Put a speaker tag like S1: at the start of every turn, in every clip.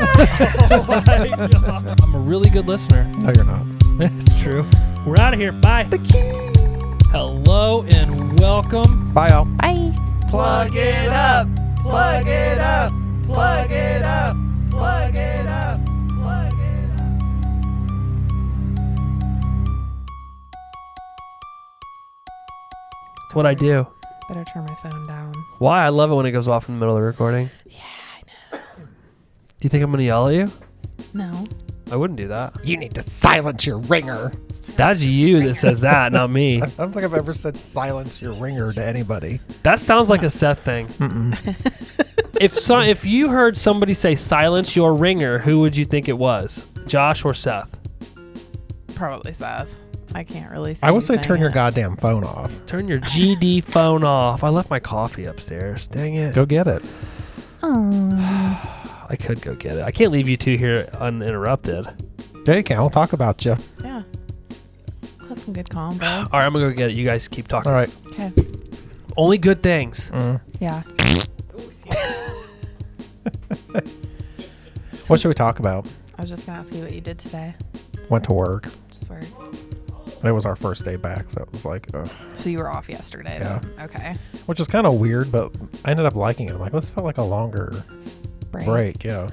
S1: oh my God. I'm a really good listener.
S2: No, you're not.
S1: That's true. We're out of here. Bye. Hello and welcome.
S2: Bye, y'all.
S3: Bye.
S2: Plug it up. Plug it up. Plug it up. Plug it up. Plug it up.
S1: It's what I do.
S4: Better turn my phone down.
S1: Why? I love it when it goes off in the middle of the recording. Yeah, I know. Do you think I'm gonna yell at you?
S4: No.
S1: I wouldn't do that.
S2: You need to silence your ringer.
S1: That's you that says that, not me.
S2: I don't think I've ever said silence your ringer to anybody.
S1: That sounds like a Seth thing. if so, if you heard somebody say "silence your ringer," who would you think it was? Josh or Seth?
S4: Probably Seth. I can't really. See
S2: I would say turn your
S4: guy.
S2: goddamn phone off.
S1: Turn your GD phone off. I left my coffee upstairs. Dang it!
S2: Go get it.
S1: I could go get it. I can't leave you two here uninterrupted. All
S2: Jay can. I'll talk about you.
S4: Yeah. We'll Have some good combo.
S1: right, I'm gonna go get it. You guys keep talking.
S2: All right.
S4: Okay.
S1: Only good things.
S4: Yeah.
S2: What should we talk about?
S4: I was just gonna ask you what you did today.
S2: Went to work.
S4: Just work.
S2: And it was our first day back, so it was like, ugh.
S4: So you were off yesterday. Then. Okay.
S2: which is kind of weird, but I ended up liking it. I'm like, this felt like a longer
S4: Break.
S2: break. Yeah.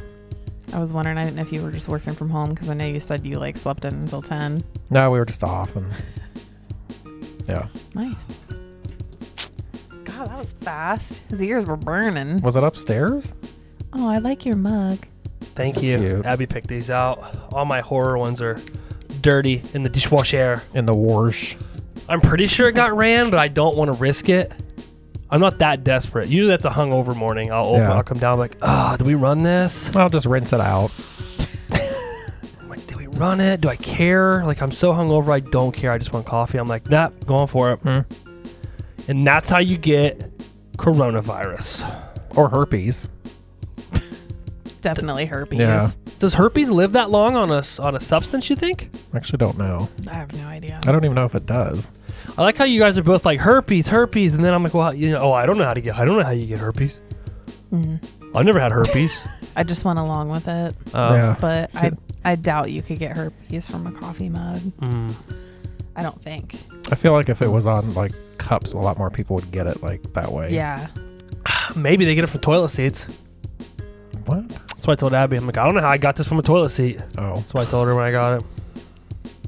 S4: I was wondering. I didn't know if you were just working from home because I know you said you like slept in until ten.
S2: No, we were just off and yeah.
S4: Nice. God, that was fast. His ears were burning.
S2: Was it upstairs?
S4: Oh, I like your mug.
S1: Thank
S2: That's
S1: you.
S2: cute.
S1: Abby picked these out. All my horror ones are dirty in the dishwasher.
S2: In the Warsh.
S1: I'm pretty sure it got ran, but I don't want to risk it. I'm not that desperate. Usually that's a hungover morning. I'll open,
S2: Yeah.
S1: I'll come down I'm like, oh, do we run this?
S2: I'll just rinse it out.
S1: I'm like, do we run it? Do I care? Like I'm so hungover, I don't care. I just want coffee. I'm like, nah, going for it.
S2: Hmm.
S1: And that's how you get coronavirus.
S2: Or herpes.
S4: Definitely herpes.
S2: Yeah.
S1: Does herpes live that long on a s- on a substance? You think?
S2: Actually, don't know.
S4: I have no idea.
S2: I don't even know if it does.
S1: I like how you guys are both like herpes, herpes, and then I'm like, well, you know, oh, I don't know how to get, I don't know how you get herpes.
S4: Mm.
S1: I've never had herpes.
S4: I just went along with it,
S1: Um,
S2: yeah.
S4: but I I doubt you could get herpes from a coffee mug.
S1: mm.
S4: I don't think.
S2: I feel like if it was on like cups, a lot more people would get it like that way.
S4: Yeah.
S1: Maybe they get it from toilet seats.
S2: What?
S1: That's why I told Abby. I'm like, I don't know how I got this from a toilet seat.
S2: Oh. Mm-hmm.
S1: That's why I told her when I got it.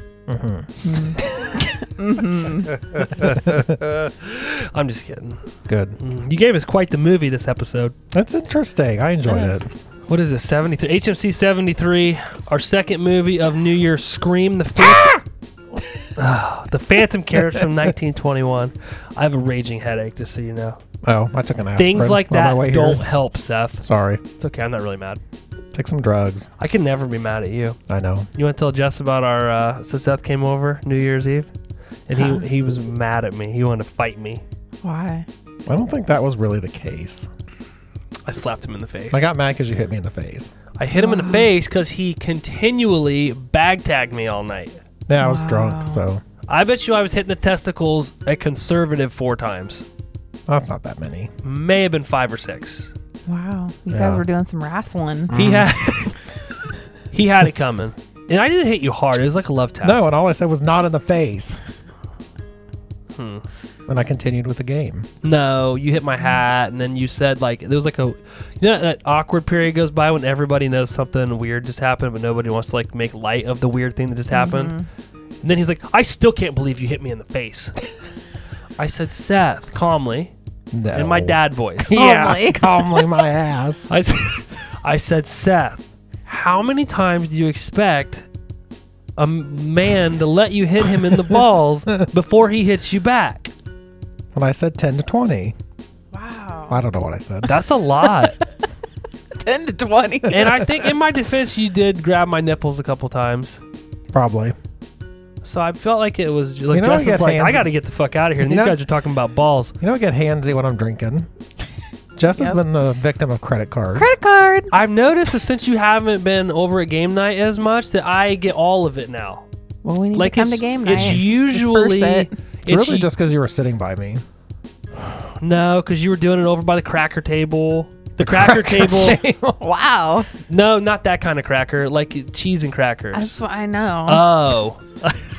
S1: I'm just kidding. Mm,
S2: Good.
S1: You gave us quite the movie this episode.
S2: That's interesting. I enjoyed
S4: Yes.
S2: it.
S1: What is this? 73. HMC 73, our second movie of New Year's Scream the Phantom. Ah, the Phantom Carriage from 1921. I have a raging headache, just so you know.
S2: Oh, I took an aspirin.
S1: Things like
S2: on my
S1: that
S2: way here.
S1: don't help, Seth.
S2: Sorry.
S1: It's okay. I'm not really mad.
S2: Take some drugs.
S1: I can never be mad at you.
S2: I know.
S1: You want to tell Jess about our? Uh, so Seth came over New Year's Eve, and he
S4: Huh.
S1: he was mad at me. He wanted to fight me.
S4: Why?
S2: I don't think that was really the case.
S1: I slapped him in the face.
S2: I got mad because you hit me in the face.
S1: I hit him in the face because he continually bag tagged me all night.
S2: Yeah, I was
S4: Wow.
S2: drunk, so
S1: I bet you I was hitting the testicles a conservative four times.
S2: that's not that many.
S1: May have been five or six.
S4: Wow. You
S2: Yeah. Mm.
S4: guys were doing some wrestling.
S1: He had he had it coming, and I didn't hit you hard. It was like a love tap.
S2: No, and all I said was not in the face.
S1: Hmm.
S2: And I continued with the game.
S1: No, you hit my hat, and then you said like there was like a, you know that awkward period goes by when everybody knows something weird just happened, but nobody wants to like make light of the weird thing that just happened. And then he's like, "I still can't believe you hit me in the face." I said, "Seth, calmly,"
S2: No.
S1: in my dad voice.
S2: Yeah,
S4: Calmly.
S2: calmly my ass.
S1: I, s- I said, "Seth, how many times do you expect a m- man to let you hit him in the balls before he hits you back?"
S2: When I said 10 to 20,
S4: Wow.
S2: I don't know what I said.
S1: That's a lot.
S4: ten to twenty.
S1: And I think, in my defense, you did grab my nipples a couple times.
S2: Probably.
S1: So I felt like it was like
S2: know,
S1: Jess
S2: you
S1: is
S2: got
S1: like, I
S2: hands-
S1: got to get the fuck out of here. And
S2: You
S1: these
S2: know-
S1: guys are talking about balls.
S2: You know, I get handsy when I'm drinking. Jess has
S4: Yep.
S2: been the victim of credit cards.
S4: Credit card.
S1: I've noticed that since you haven't been over at game night as much, that I get all of it now.
S4: Well, we need
S1: Like
S4: to come to
S1: it's,
S4: game night.
S1: it's
S4: and
S1: usually
S4: disperse it.
S1: it's
S2: it's really
S1: u-
S2: just because you were sitting by me.
S1: no, because you were doing it over by the cracker table. The cracker table.
S4: Wow.
S1: No, not that kind of cracker. Like cheese and crackers.
S4: That's what I know.
S2: Uh,
S1: oh,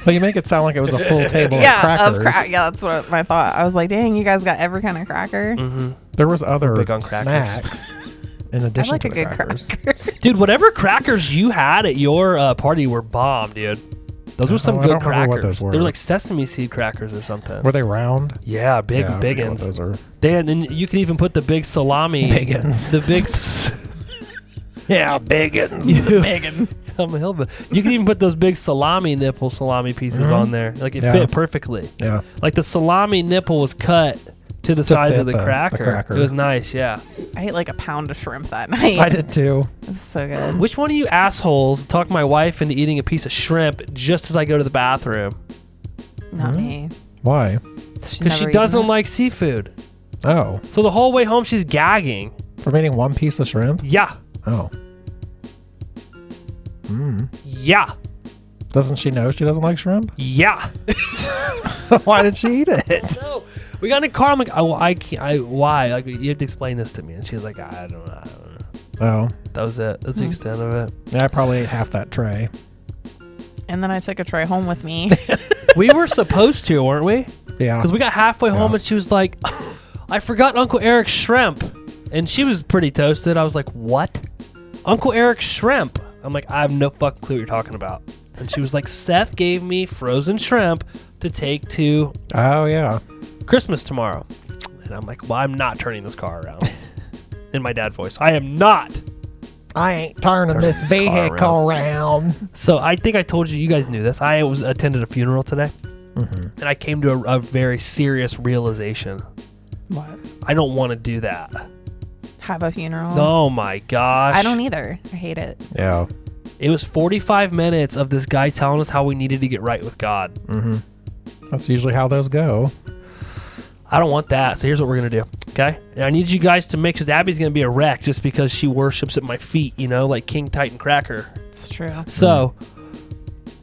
S2: but you make it sound like it was a full table of
S4: yeah,
S2: crackers.
S4: of crack. Yeah, that's what my thought. I was like, dang, you guys got every kind of cracker.
S2: There was other
S1: big on crackers.
S2: snacks in
S4: I
S2: addition
S4: like
S2: to
S4: a
S2: the
S4: good
S2: crackers.
S4: cracker.
S1: dude, whatever crackers you had at your uh, party were bomb, dude. Those were some
S2: I
S1: good
S2: don't remember
S1: crackers.
S2: what those
S1: They
S2: were.
S1: were like sesame seed crackers or something.
S2: Were they round?
S1: Yeah, big
S2: Yeah, I
S1: big
S2: forget what
S1: ones.
S2: Those are
S1: They and then you could even put the big salami.
S2: biggins.
S1: The big. s-
S2: yeah, biggins.
S1: I'm a hillbilly. You can even put those big salami nipple salami pieces on there. Like it
S2: Mm-hmm. Yeah.
S1: fit perfectly.
S2: Yeah.
S1: Like the salami nipple was cut to the size
S2: fit
S1: of the,
S2: the- the
S1: cracker.
S2: cracker.
S1: It was nice, yeah.
S4: I ate like a pound of shrimp that night.
S2: I did too.
S4: It was so good.
S1: Which one of you assholes talked my wife into eating a piece of shrimp just as I go to the bathroom?
S4: Not me.
S2: Why?
S1: Mm-hmm. Because she doesn't like seafood.
S2: Oh,
S1: So the whole way home, she's gagging.
S2: from eating one piece of shrimp.
S1: Yeah.
S2: Oh,
S1: Yeah.
S2: doesn't she know she doesn't like shrimp?
S1: Yeah.
S2: Why did she eat it?
S1: No. We got in the car. I'm like, I, I can't. I, why? Like, you have to explain this to me. And she was like, I don't know. I don't know.
S2: Oh,
S1: That was it. That's the extent of it.
S2: yeah, I probably ate half that tray.
S4: And then I took a tray home with me.
S1: we were supposed to, weren't we?
S2: Yeah,
S1: Because we got halfway home
S2: Yeah.
S1: and she was like, I forgot Uncle Eric's shrimp. And she was pretty toasted. I was like, What? Uncle Eric's shrimp. I'm like, I have no fucking clue what you're talking about. And she was like, Seth gave me frozen shrimp to take to
S2: oh yeah,
S1: Christmas tomorrow. And I'm like, Well, I'm not turning this car around. In my dad voice, I am not.
S2: I ain't turning this vehicle around.
S1: So I think I told you, you guys knew this. I was attended a funeral today, and I came to a, a very serious realization.
S4: what?
S1: I don't want to do that.
S4: Have a funeral?
S1: Oh my gosh.
S4: I don't either. I hate it.
S2: Yeah,
S1: It was 45 minutes of this guy telling us how we needed to get right with God.
S2: that's usually how those go.
S1: I don't want that. So here's what we're going to do. Okay? And I need you guys to make cuz Abby's going to be a wreck just because she worships at my feet, you know, like King Titan Cracker.
S4: It's true.
S1: So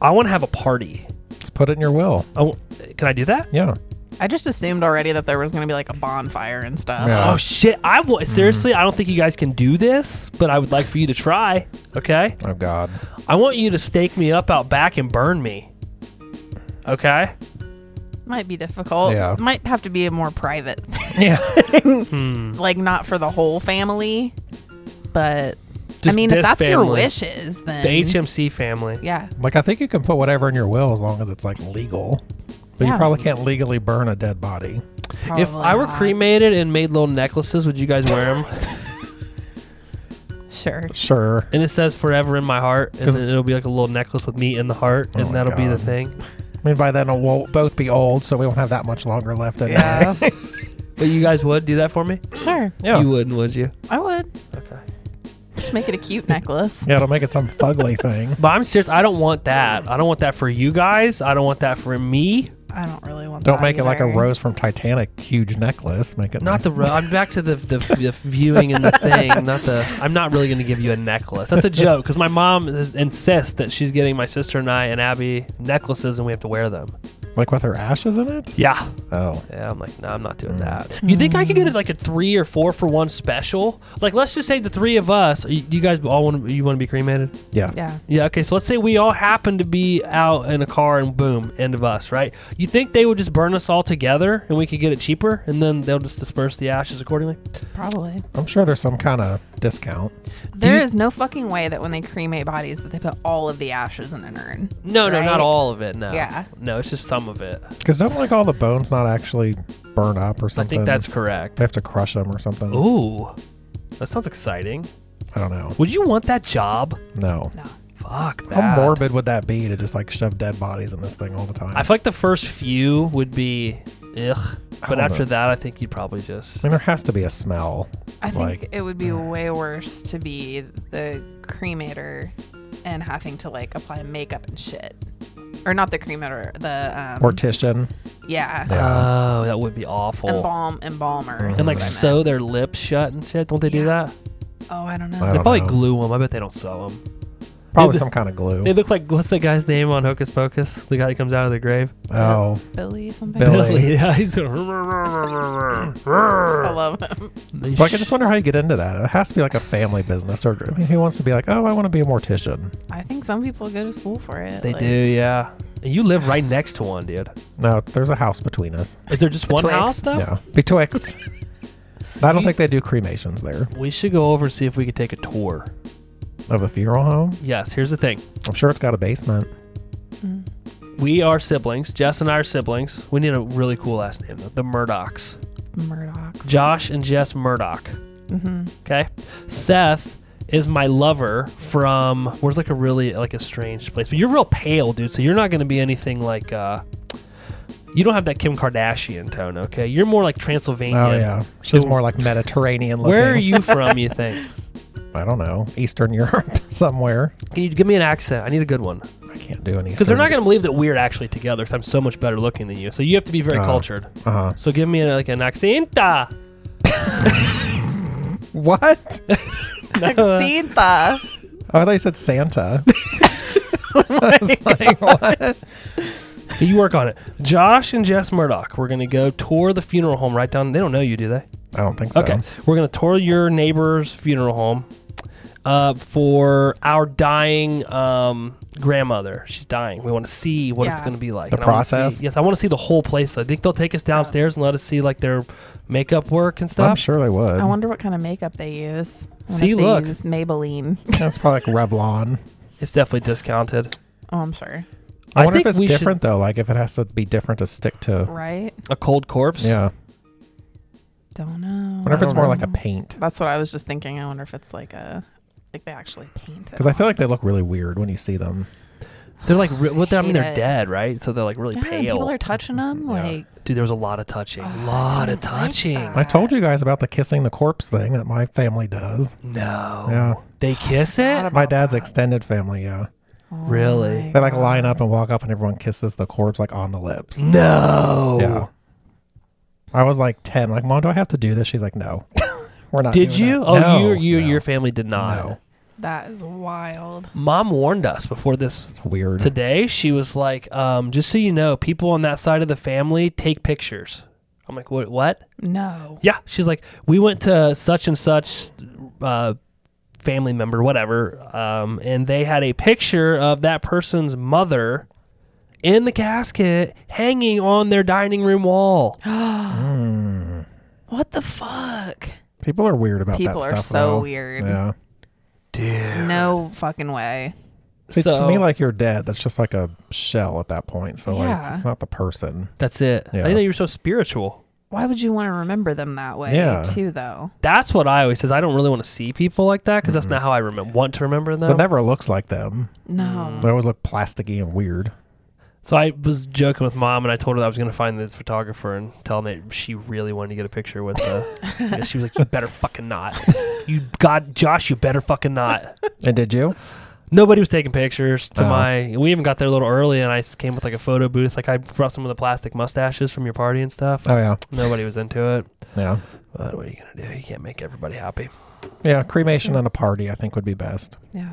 S1: I want to have a party.
S2: Just put it in your will.
S1: I w- can I do that?
S2: Yeah,
S4: I just assumed already that there was going to be like a bonfire and stuff.
S2: Yeah.
S1: Oh shit. I wa- seriously, I don't think you guys can do this, but I would like for you to try, okay?
S2: oh God,
S1: I want you to stake me up out back and burn me. Okay?
S4: Might be difficult.
S2: Yeah.
S4: Might have to be a more private,
S2: yeah.
S1: Mm.
S4: like not for the whole family, but I
S1: Just
S4: mean, if
S1: this
S4: that's your
S1: family.
S4: wishes, then
S1: The HMC family.
S4: yeah,
S2: Like I think you can put whatever in your will as long as it's like legal. But you
S4: Yeah.
S2: probably can't legally burn a dead body.
S1: If
S4: probably
S1: I were
S4: not.
S1: cremated and made little necklaces, would you guys wear them?
S4: sure.
S2: Sure.
S1: and it says "Forever in my heart," and
S2: 'Cause-
S1: then it'll be like a little necklace with me in the heart,
S2: my
S1: and that'll be the
S2: God.
S1: thing.
S2: I mean by then we'll both be old, so we won't have that much longer left in there.
S4: Yeah.
S1: But you guys would do that for me?
S4: sure.
S2: Yeah.
S1: You wouldn't, would you?
S4: I would.
S1: Okay.
S4: Just make it a cute necklace.
S2: Yeah, it'll make it some fugly thing.
S1: But I'm serious. I don't want that. I don't want that for you guys. I don't want that for me.
S4: I don't really want
S2: Don't
S4: that
S2: make it like a
S4: either.
S2: rose from Titanic huge necklace. Make it
S1: Not the. Ro- I'm back to the, the the viewing and the thing. Not the. I'm not really going to give you a necklace. That's a joke because my mom is, insists that she's getting my sister and I and Abby necklaces and we have to wear them.
S2: like with her ashes in it?
S1: Yeah.
S2: Oh.
S1: Yeah, I'm like, no, I'm not doing
S2: Mm.
S1: that. You think I could get it like a three or four for one special? Like, let's just say the three of us. You, you guys all want to, you want to be cremated?
S2: Yeah.
S4: Yeah.
S1: Yeah. Okay. So let's say we all happen to be out in a car and boom, end of us, right? You think they would just burn us all together and we could get it cheaper, and then they'll just disperse the ashes accordingly?
S4: Probably.
S2: I'm sure there's some kind of discount.
S4: There is
S1: you-
S4: no fucking way that when they cremate bodies that they put all of the ashes in an urn.
S1: No, no, not
S4: Right.
S1: all of it. No.
S4: Yeah.
S1: No, it's just some of it.
S2: Because don't like all the bones not actually burn up or
S1: I
S2: something.
S1: think that's correct.
S2: they have to crush them or something.
S1: Ooh, that sounds exciting.
S2: I don't know.
S1: Would you want that job?
S2: No.
S4: No.
S1: Fuck that.
S2: How morbid would that be to just like shove dead bodies in this thing all the time?
S1: I feel like the first few would be, ugh, But
S2: I don't
S1: after
S2: know.
S1: that, I think you'd probably just.
S2: I mean, there has to be a smell.
S4: I think
S2: Like-
S4: it would be way worse to be the cremator and having to like apply makeup and shit. Or not the cremator, the um,
S2: Mortician.
S4: yeah,
S2: Yeah.
S1: Oh, that would be awful.
S4: embalm embalmer.
S2: And,
S4: is
S1: and like
S4: what I meant.
S1: sew their lips shut and shit. Don't they do
S4: Yeah.
S1: that?
S4: Oh, I don't know.
S2: I
S1: They
S2: don't
S1: probably
S2: know.
S1: glue them. I bet they don't sew them.
S2: Probably
S1: They-
S2: some kind of glue.
S1: They look like what's the guy's name on Hocus Pocus? The guy that comes out of the grave.
S2: oh,
S4: Billy something.
S2: Billy. Really?
S1: yeah, he's going.
S4: I love him.
S2: but like, I just wonder how you get into that. It has to be like a family business, or I mean, who wants to be like, oh, I want to be a mortician?
S4: I think some people go to school for it.
S1: They
S4: like-
S1: do, yeah. And you live right next to one, dude.
S2: No, there's a house between us.
S1: Is there just one
S4: Betwixt.
S1: house though?
S2: Yeah, betwixt. I don't
S1: You-
S2: think they do cremations there
S1: We should go over and see if we could take a tour.
S2: of a funeral home.
S1: Yes, here's the thing.
S2: I'm sure it's got a basement.
S4: Mm.
S1: We are siblings. Jess and I are siblings. We need a really cool last name, though. The Murdochs.
S4: Murdoch.
S1: Josh and Jess Murdoch.
S2: Mm-hmm.
S4: hmm
S1: Okay. Seth is my lover from where's like a really like a strange place. But you're real pale, dude, so you're not gonna be anything like uh you don't have that Kim Kardashian tone, okay? You're more like Transylvania.
S2: Oh yeah, she's more like Mediterranean looking.
S1: Where are you from, you think?
S2: I don't know, Eastern Europe somewhere.
S1: Can you give me an accent? I need a good one.
S2: I can't do anything
S1: Because they're not going to believe that we're actually together because I'm so much better looking than you. So you have to be very
S2: Oh.
S1: cultured.
S2: Uh huh.
S1: So give me like an accenta.
S2: What?
S4: Santa.
S2: Oh, I thought you said Santa.
S1: Oh
S2: I was like, what?
S1: you work on it. Josh and Jess Murdoch, we're going to go tour the funeral home right down. They don't know you, do they?
S2: I don't think so.
S1: Okay. We're going to tour your neighbor's funeral home uh, for our dying um, grandmother. She's dying. We want to see what it's
S4: Yeah.
S1: going to be like.
S2: The
S1: I wanna see-
S2: process?
S1: yes, I want to see the whole place. I think they'll take us downstairs and let us see like their makeup work and
S2: I'm
S1: stuff.
S2: sure they would.
S4: I wonder what kind of makeup they use. I wonder
S1: See,
S4: if they
S1: look.
S4: use Maybelline.
S2: That's probably like Revlon.
S1: It's definitely discounted.
S4: Oh, I'm sorry.
S2: I,
S1: I
S2: wonder if
S1: think
S2: it's
S1: we should-
S2: different though. Like if it has to be different to stick to.
S4: Right?
S1: A cold corpse.
S2: Yeah.
S4: Don't know.
S2: I wonder if it's
S1: don't
S2: more
S1: know.
S2: like a paint.
S4: That's what I was just thinking. I wonder if it's like a like they actually paint it.
S2: Because I feel like they look really weird when you see them.
S1: They're like, re- what? I mean,
S4: Hate
S1: they're
S4: it.
S1: dead, right? So they're like really
S4: Yeah, and
S1: pale.
S4: people are touching them.
S2: Yeah.
S4: Like
S1: Dude, there was a lot of touching.
S4: Oh,
S1: A
S4: I
S1: lot
S4: didn't
S1: of
S4: like
S1: touching.
S4: that.
S2: I told you guys about the kissing the corpse thing that my family does.
S1: No.
S2: Yeah.
S1: They kiss
S4: forgot
S1: it.
S4: about
S2: My dad's
S4: that.
S2: extended family, yeah.
S4: Oh
S1: Really?
S4: my
S2: They like
S4: God.
S2: line up and walk up and everyone kisses the corpse like on the lips.
S1: No.
S2: Yeah. I was like 10. Like, Mom, do I have to do this? She's like, no. We're not
S1: Did
S2: doing
S1: you?
S2: that."
S1: Oh,
S2: No,
S1: you, you,
S2: no,
S1: your family did not.
S2: No.
S4: That is wild.
S1: Mom warned us before this
S2: It's weird.
S1: today. She was like, um, "Just so you know, people on that side of the family take pictures." I'm like, "What? What?"
S4: No.
S1: Yeah. She's like, we went to such and such uh, family member, whatever, um, and they had a picture of that person's mother in the casket hanging on their dining room wall.
S4: What the fuck?
S2: People are weird about
S4: People
S2: that
S4: are
S2: stuff.
S4: so
S2: though.
S4: weird.
S2: Yeah.
S4: No fucking way.
S2: See,
S1: So
S2: to me, like you're dead. That's just like a shell at that point. So
S4: Yeah.
S2: like, it's not the person.
S1: that's it. I
S2: Yeah.
S1: didn't know you were so spiritual.
S4: Why would you want to remember them that way?
S2: Yeah.
S4: Too though.
S1: That's what I always says. I don't really want to see people like that because that's not how I remem- want to remember them.
S2: So it never looks like them.
S4: No.
S2: They always look plasticky and weird.
S1: So I was joking with mom, and I told her that I was going to find the photographer and tell him that she really wanted to get a picture with. Uh, yeah, she was like, "You better fucking not. You God, Josh, you better fucking not."
S2: And did you?
S1: Nobody was taking pictures. To
S2: Oh.
S1: my, we even got there a little early, and I s- came with like a photo booth. Like I brought some of the plastic mustaches from your party and stuff.
S2: Oh, yeah.
S1: Nobody was into it.
S2: Yeah.
S1: But what are you gonna do? You can't make everybody happy.
S2: Yeah. Cremation and a party, I think, would be best.
S4: Yeah.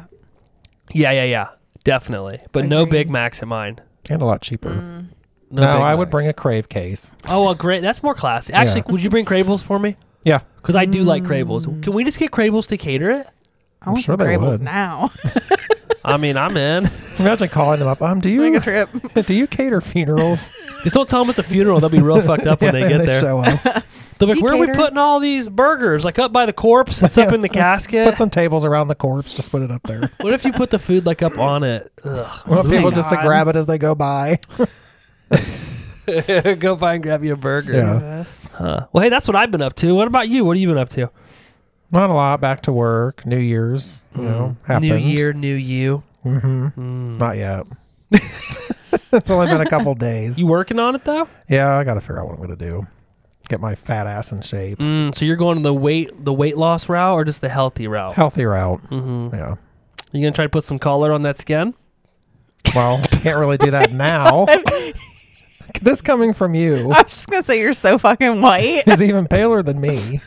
S1: Yeah, yeah, yeah, definitely. But no
S4: Agreed.
S1: Big Macs at mine.
S2: And a lot cheaper.
S4: Mm.
S1: No,
S2: no,
S1: Big
S2: I would
S1: Macs.
S2: bring a crave case.
S1: Oh, well, great. That's more classy. Actually, would you bring Crables for me?
S2: Yeah.
S1: Because I do like Crables. Can we just get Crables to cater it?
S4: I want
S2: sure
S4: some
S2: they
S4: Grables
S2: would.
S4: now.
S1: I mean, I'm in.
S2: Imagine calling them up. Um, do
S4: Make
S2: you
S4: a trip.
S2: do you cater funerals?
S1: Just don't tell them it's a funeral. They'll be real fucked up when they
S2: Yeah,
S1: get there.
S2: Show up.
S1: They'll be like,
S4: You
S1: where are we
S4: cater?
S1: putting all these burgers? Like up by the corpse? It's up in the casket?
S2: Put some tables around the corpse. Just put it up there.
S1: What if you put the food like up on it? Ugh.
S2: Well, people
S4: my
S2: just to
S4: God.
S2: grab it as they go by.
S1: Go by and grab you a burger.
S2: Yeah.
S4: Jesus.
S1: Huh. Well, hey, that's what I've been up to. What about you? What have you been up to?
S2: Not a lot. Back to work. New Year's. You know, happened.
S1: Mm. New year, new you.
S2: hmm Not yet. it's only been a couple days.
S1: You working on it though?
S2: Yeah, I got to figure out what I'm going to do. get my fat ass in shape.
S1: Mm, so you're going the weight the weight loss route or just the healthy route?
S2: Healthy route.
S1: mm-hmm.
S2: Yeah.
S1: You gonna try to put some color on that skin?
S2: Well, can't really do that now. this coming from you
S4: I'm just gonna say you're so fucking white.
S2: is even paler than me.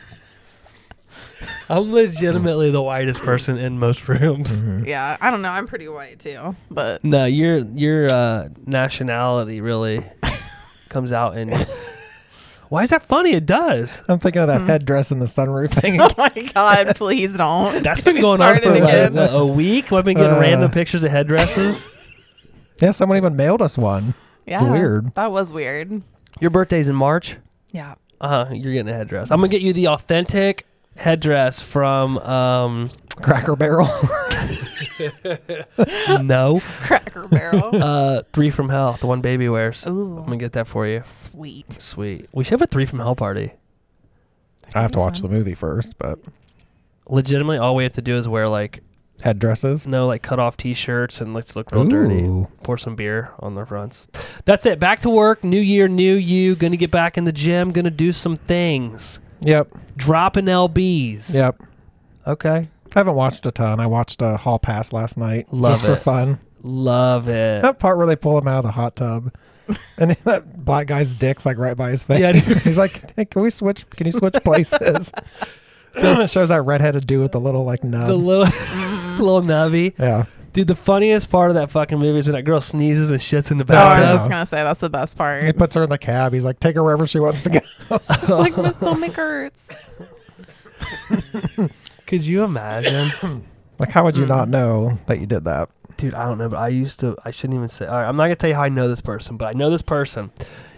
S1: I'm legitimately the whitest person in most rooms.
S4: yeah, I don't know. I'm pretty white too, but
S1: No, your your uh, nationality really comes out in. Why is that funny? It does.
S2: I'm thinking of
S1: Hmm.
S2: that headdress in the sunroof thing.
S4: oh my god, please don't.
S1: That's
S4: Get
S1: been
S4: me
S1: going on for
S4: started
S1: like,
S4: again.
S1: what, a week. I've been getting
S2: Uh.
S1: random pictures of headdresses.
S2: yeah, someone even mailed us one.
S4: yeah,
S2: weird.
S4: That was weird.
S1: Your birthday's in March.
S4: Yeah.
S1: Uh huh. You're getting a headdress. I'm gonna get you the authentic headdress from um
S2: Cracker Barrel.
S1: no
S4: Cracker Barrel.
S1: uh three from hell the one baby wears i'm
S4: Ooh,
S1: gonna get that for you
S4: sweet.
S1: sweet we should have a three from hell party
S2: I have to watch the movie first, but
S1: legitimately all we have to do is wear like
S2: headdresses.
S1: no like cut off t-shirts and let's look real dirty
S2: Ooh.
S1: pour some beer on their fronts that's it back to work new year new you gonna get back in the gym gonna do some things
S2: Yep.
S1: dropping lbs
S2: Yep.
S1: okay
S2: I haven't watched a ton. I watched a Hall Pass last night
S1: Love
S2: just for
S1: it.
S2: fun.
S1: love it
S2: That part where they pull him out of the hot tub, and that black guy's dick's like right by his face.
S1: Yeah,
S2: he's, like, "Hey, can we switch? Can you switch places?" it shows that redheaded dude with the little like nub.
S1: the little little nubby
S2: yeah,
S1: Dude, the funniest part of that fucking movie is when that girl sneezes and shits in the
S4: Oh, I was
S2: yeah.
S1: bathroom.
S4: just gonna say that's the best
S2: he
S4: part.
S2: puts her in the cab. He's like, "Take her wherever she wants to go."
S4: It's like Miss Stomach hurts.
S1: Could you imagine?
S2: Like, how would
S1: Mm-hmm.
S2: you not know that you did that?
S1: Dude, I don't know, but I used to. I shouldn't even say. All right, I'm not gonna tell you how I know this person, but I know this person,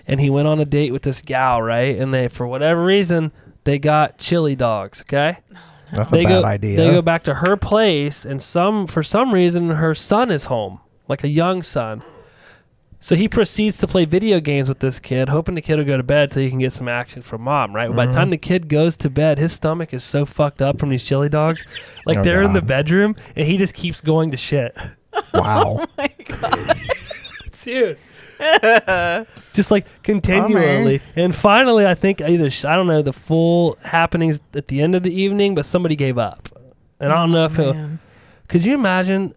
S1: and he went on a date with this gal, right? And they, for whatever reason, they got chili dogs. Okay,
S2: That's a
S1: they
S2: bad
S1: go.
S2: idea.
S1: They go back to her place, and some for some reason her son is home, like a young son. So he proceeds to play video games with this kid, hoping the kid will go to bed so he can get some action from mom. Right.
S2: Mm-hmm.
S1: By the time the kid goes to bed, his stomach is so fucked up from these chili dogs, like
S2: Oh,
S1: they're in the
S2: God.
S1: bedroom, and he just keeps going to shit,
S2: wow.
S1: dude. just like continually, and finally, I think either sh- I don't know the full happenings at the end of the evening, but somebody gave up, and I don't know if it,
S4: Oh, Man.
S1: Could you imagine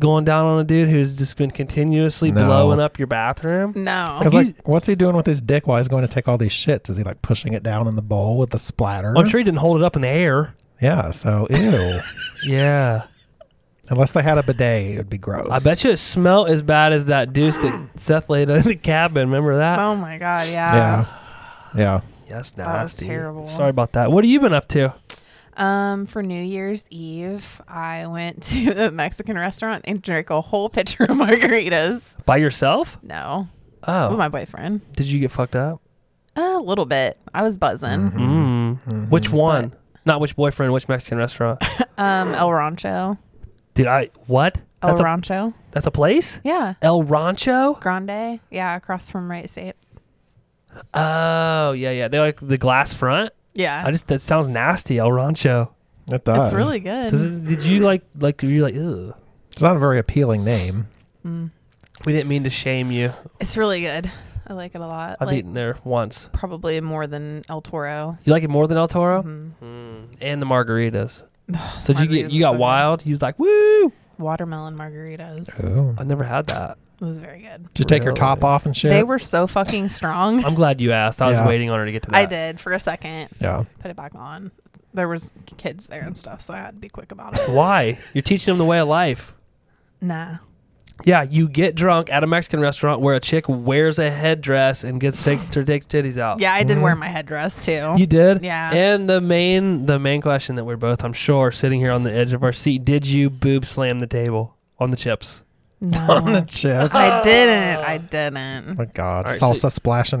S1: going down on a dude who's just been continuously
S2: No.
S1: blowing up your bathroom?
S4: No.
S2: Because
S1: Like,
S2: like,
S1: Oh, you-
S2: what's he doing with his dick while he's going to take all these shits? Is he like pushing it down in the bowl with the splatter?
S1: I'm sure he didn't hold it up in the air.
S2: Yeah. So ew.
S1: Yeah.
S2: Unless they had a bidet, it would be gross.
S1: I bet you it smelled as bad as that deuce that Seth laid in the cabin. Remember that?
S4: Oh my god. Yeah.
S2: Yeah. Yeah.
S1: Yes,
S4: was
S1: nasty.
S4: terrible.
S1: Sorry about that. What have you been up to?
S4: Um, for New Year's Eve, I went to a Mexican restaurant and drank a whole pitcher of margaritas.
S1: By yourself?
S4: No,
S1: Oh.
S4: with my boyfriend.
S1: Did you get fucked up?
S4: A little bit. I was buzzing.
S1: Mm. Which one? Not which boyfriend, which Mexican restaurant?
S4: Um, El Rancho.
S1: Dude, I what?
S4: El
S1: That's a,
S4: Rancho.
S1: that's a place?
S4: Yeah.
S1: El Rancho?
S4: Grande. Yeah, across from Wright State.
S1: Oh, yeah, yeah. They like the glass front.
S4: Yeah.
S1: I just that sounds nasty, El Rancho.
S2: It does.
S4: it's really good.
S1: Does it, did you like like were you like ugh?
S2: It's not a very appealing name.
S1: We didn't mean to shame you.
S4: it's really good. I like it a lot.
S1: I've
S4: like
S1: eaten there once.
S4: probably more than El Toro.
S1: You like it more than El Toro
S4: Mhm.
S1: mm. and the margaritas. so did you get
S4: margaritas
S1: you
S4: are so
S1: got
S4: good.
S1: wild. You was like woo.
S4: Watermelon margaritas.
S2: Oh.
S1: I never had that.
S4: It was very good.
S2: Did you take your top
S1: Really?
S2: off and shit?
S4: They were so fucking strong.
S1: I'm glad you asked. I was
S2: Yeah.
S1: waiting on her to get to that.
S4: I did for a second.
S2: yeah.
S4: Put it back on. There was kids there and stuff, so I had to be quick about it.
S1: Why? You're teaching them the way of life.
S4: nah.
S1: Yeah, you get drunk at a Mexican restaurant where a chick wears a headdress and gets take, to take titties out.
S4: Oh. Yeah, I did wear my headdress too.
S1: You did?
S4: Yeah.
S1: And the main the main question that we're both, I'm sure, sitting here on the edge of our seat, did you boob slam the table on the chips?
S2: On the
S4: No.
S2: chip. Oh
S4: I didn't. I didn't.
S2: my God.
S1: All right,
S2: Salsa
S1: so-
S2: splashing